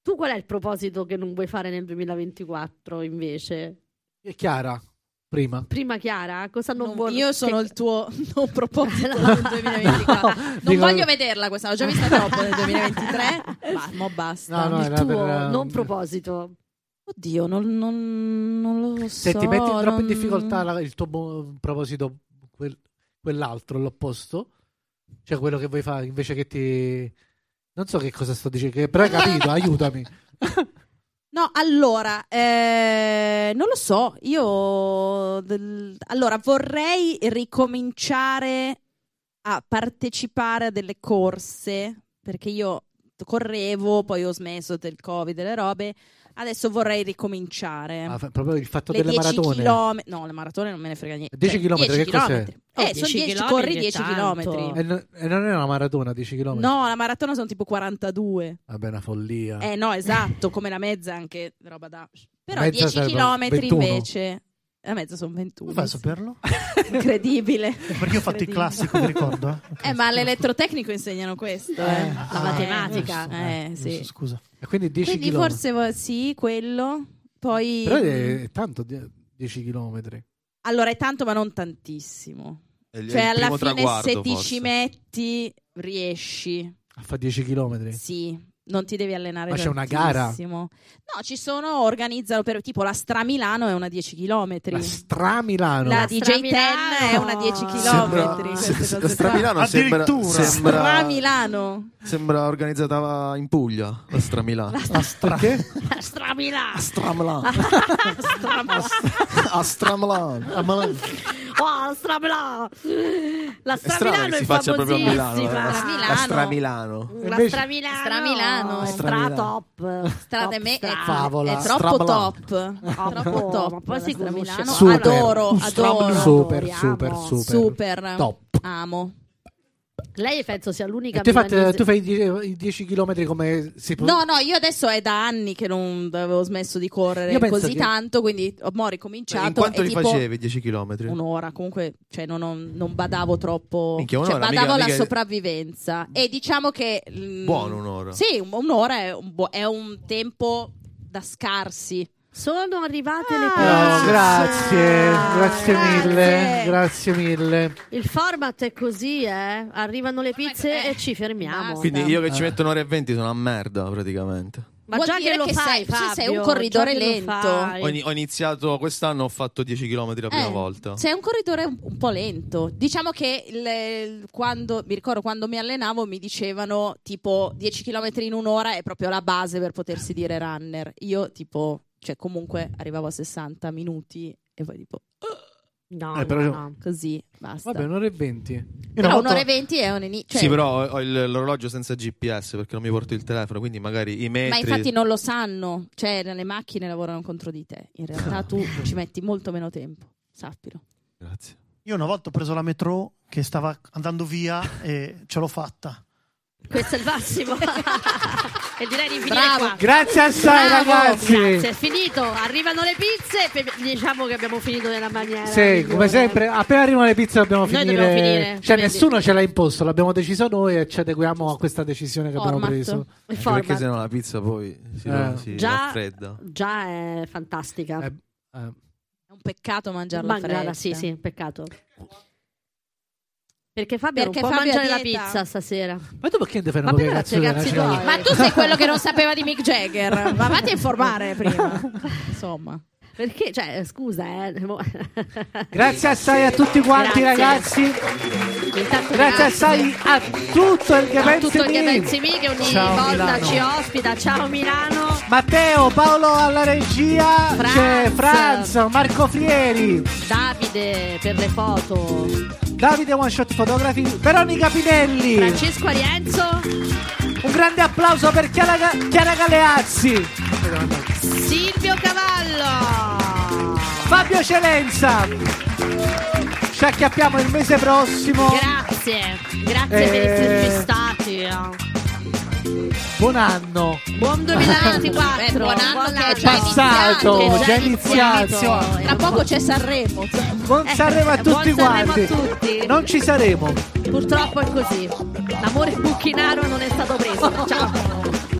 C: Tu qual è il proposito che non vuoi fare nel 2024 invece?
B: E Chiara, prima.
C: Prima Chiara, cosa non,
D: Non-
C: vuoi?
D: io sono
C: che-
D: il tuo non proposito del 2024. non
B: dico-
D: voglio vederla questa, l'ho già vista troppo nel 2023. Ma mo basta.
B: No, no,
C: il
B: era
C: tuo
B: per, eh,
C: non proposito.
D: Oddio, non, non- non lo so.
B: Se ti metti troppo
D: non-
B: in difficoltà la- il tuo bo- proposito, quel- quell'altro, l'opposto, cioè quello che vuoi fare invece che ti. Non so che cosa sto dicendo, che- però hai capito, aiutami.
D: Eh. No, allora, eh, non lo so, io del- allora vorrei ricominciare a partecipare a delle corse, perché io fatto, correvo, poi ho smesso del covid e le robe, adesso vorrei ricominciare.
B: Ah, fa- proprio il fatto
D: le
B: delle
D: 10
B: maratone.
D: km, no, le maratone non me ne frega niente.
B: 10
D: Cioè,
B: chilometri, che
D: 10
B: cos'è? Eh,
D: chilometri.
C: Oh,
D: Eh, sono
C: 10
D: 10,
C: chilometri
D: corri
C: è
D: 10
C: tanto.
D: chilometri.
B: E, non- e non è una maratona, 10 km?
D: No, la maratona sono tipo 42.
B: Vabbè, una follia.
D: Eh no, esatto, come la mezza anche roba da... Però
B: Mezza
D: 10
B: servono
D: chilometri
B: 21.
D: invece... La mezza sono 21.
E: Come fai a
D: sì.
E: saperlo?
D: Incredibile.
E: Perché io ho fatto il classico, mi ricordo. Eh,
D: Eh, ma all'elettrotecnico insegnano questo, eh.
E: Eh,
D: La
E: ah,
D: matematica,
E: giusto,
D: eh,
E: giusto,
D: sì.
E: scusa.
B: E quindi 10
D: Quindi
B: chilometri.
D: forse vo- sì, quello. Poi mm,
B: Però è è tanto die- 10 km.
D: allora è tanto, ma non tantissimo.
F: È eh, il-
D: Cioè,
F: è il primo
D: alla fine,
F: traguardo,
D: se ti
F: forse.
D: ci metti, riesci.
B: A fa 10 km.
D: Sì, non ti devi allenare.
B: Ma c'è una
D: tantissimo. No, ci sono, organizzano per tipo la Stra Milano è una 10 km.
B: La stra Milano.
D: La
C: La
D: DJ
C: Stramilano.
D: 10 è una 10 km.
F: Sembra-
D: queste
F: se- se-
D: cose
F: Stra
D: qua.
F: Milano sembra,
E: Addirittura.
D: Stra
F: sembra,
D: Milano.
F: sembra organizzata in Puglia, la Stra Milano.
B: La stra che?
C: Stramilà.
F: Stra Milano.
C: Stramilà.
F: A Stra Milano.
E: Ah, ma
C: Oh, Stramilà. La
F: È strano
C: Stramilano
F: che
C: è
F: si faccia proprio a Milano. eh.
C: famosissima.
F: La,
D: Milano.
F: la Stra Milano.
C: La
B: Invece-
C: Stramilano. eh.
D: Stramilano.
C: Stra top.
D: Stra
C: Top
D: de me è,
C: stra.
B: Favola.
D: è troppo
F: Strabla.
D: top.
C: Oh,
D: troppo
C: ma
D: top.
C: poi si
D: la Stra
C: conosce
D: Milano.
B: Super.
D: Adoro, adoro.
C: Strabla.
B: Super,
C: Adoriamo.
B: super, super.
D: Super.
B: Top.
D: Amo.
C: Lei penso sia l'unica
B: E tu, hai fatto-
C: milanese-
B: tu fai i die- i 10 km come si può.
D: No, no, io adesso è da anni che non avevo smesso di correre
B: Io penso
D: così
B: che-
D: tanto, quindi ho mo' ricominciato.
F: In quanto
D: e
F: li
D: Cioè, tipo
F: facevi 10 km?
D: Un'ora, comunque cioè, non, ho- non badavo troppo,
F: Minchia,
D: cioè,
F: un'ora, mica-
D: badavo alla
F: mica-
D: sopravvivenza. E diciamo che. mm,
F: Buono un'ora.
D: Sì, un- un'ora è un, buo- è un tempo da scarsi.
C: Sono arrivate le
B: No,
C: pizze.
B: Oh, grazie, grazie
D: Ah. Grazie.
B: mille, grazie mille.
C: Il format è così, eh. Arrivano le pizze
D: eh,
C: e ci fermiamo.
D: basta.
F: Quindi io che ci metto un'ora e venti sono a merda praticamente.
C: Ma
D: Vuol
C: già
D: dire
C: che lo
D: che
C: fai,
D: sei- se sei un
C: Fabio,
D: corridore
C: già che lo
D: lento.
C: fai.
F: Ho, ini- ho iniziato quest'anno, ho fatto 10 km la prima
D: Eh,
F: volta.
D: Sei un corridore un, un po' lento. Diciamo che il- il- quando, mi ricordo quando mi allenavo mi dicevano tipo 10 km in un'ora è proprio la base per potersi dire runner. Io tipo, cioè comunque arrivavo a 60 minuti e poi tipo
C: No,
B: Eh, però
C: no,
B: io-
C: no.
D: così, basta.
B: Vabbè, un'ora e venti.
E: io una
D: Però
E: volta-
D: un'ora e venti è un cioè, inizio.
F: sì, però ho, ho il- l'orologio senza GPS perché non mi porto il telefono, quindi magari i metri...
D: Ma infatti non lo sanno, cioè le macchine lavorano contro di te. In realtà tu ci metti molto meno tempo, sappilo.
F: Grazie.
E: Io una volta ho preso la metro che stava andando via e ce l'ho fatta.
C: Questo è il massimo. e direi di finire
D: Bravo.
C: qua.
B: Grazie assai,
C: Bravo,
B: ragazzi.
C: Grazie, è finito. Arrivano le pizze. pe- Diciamo che abbiamo finito nella maniera.
B: Sì, come
C: migliore.
B: sempre, appena arrivano le pizze dobbiamo
C: Noi
B: finire.
C: dobbiamo finire,
B: Cioè,
C: quindi.
B: nessuno ce l'ha imposto, l'abbiamo deciso noi e ci adeguiamo a questa decisione che abbiamo
D: Format.
B: preso.
C: Il
F: Anche
C: format
F: perché se no la pizza poi si,
B: Eh.
F: si
C: Già-
F: raffredda.
C: già è fantastica.
B: Eh, eh,
D: È un peccato mangiarla
C: Mangiala,
D: fresca.
C: sì, sì, peccato. Perché Fabio
D: Perché
C: non può
D: Fabio è a
C: mangiare la
D: dieta.
C: pizza stasera.
B: Ma tu perché non fai
C: Ma
B: una
C: però,
B: cazzo della
C: ragazzi,
B: cena?
C: dai.
D: Ma tu sei quello che non sapeva di Mick Jagger. Ma vatti a informare prima. Insomma.
C: Perché, cioè, scusa, eh. mo-
B: Grazie assai a tutti quanti,
C: Grazie.
B: ragazzi.
C: Intanto
B: Grazie assai a tutto il
C: Ah, a
B: Gavenzi
C: tutto il Gavenzi Mi che ogni
B: Ciao,
C: volta
B: Milano.
C: ci ospita. Ciao Milano.
B: Matteo, Paolo alla regia,
C: Franz.
B: c'è Franz, Marco Frieri,
C: Davide per le foto.
B: Davide One Shot Photography, Veronica Pinelli.
C: Francesco Arienzo.
B: Un grande applauso per Chiara, Ga- Chiara Galeazzi,
C: Silvio Cavallo.
B: Fabio Celenza. Ci acchiappiamo il mese prossimo.
C: Grazie, grazie per
B: Oh. Eh.
C: esserci stati. eh.
B: Buon anno.
C: Buon 2024.
D: Beh, buon anno che
B: È
D: è già
B: passato,
D: iniziato,
B: è già iniziato.
D: Tra poco c'è Sanremo.
B: Buon
C: Eh,
B: Sanremo a
C: buon
B: tutti
C: Sanremo a
B: quanti.
C: tutti.
B: Non ci saremo.
C: Purtroppo è così. L'amore bucchinaro non è stato preso. Ciao.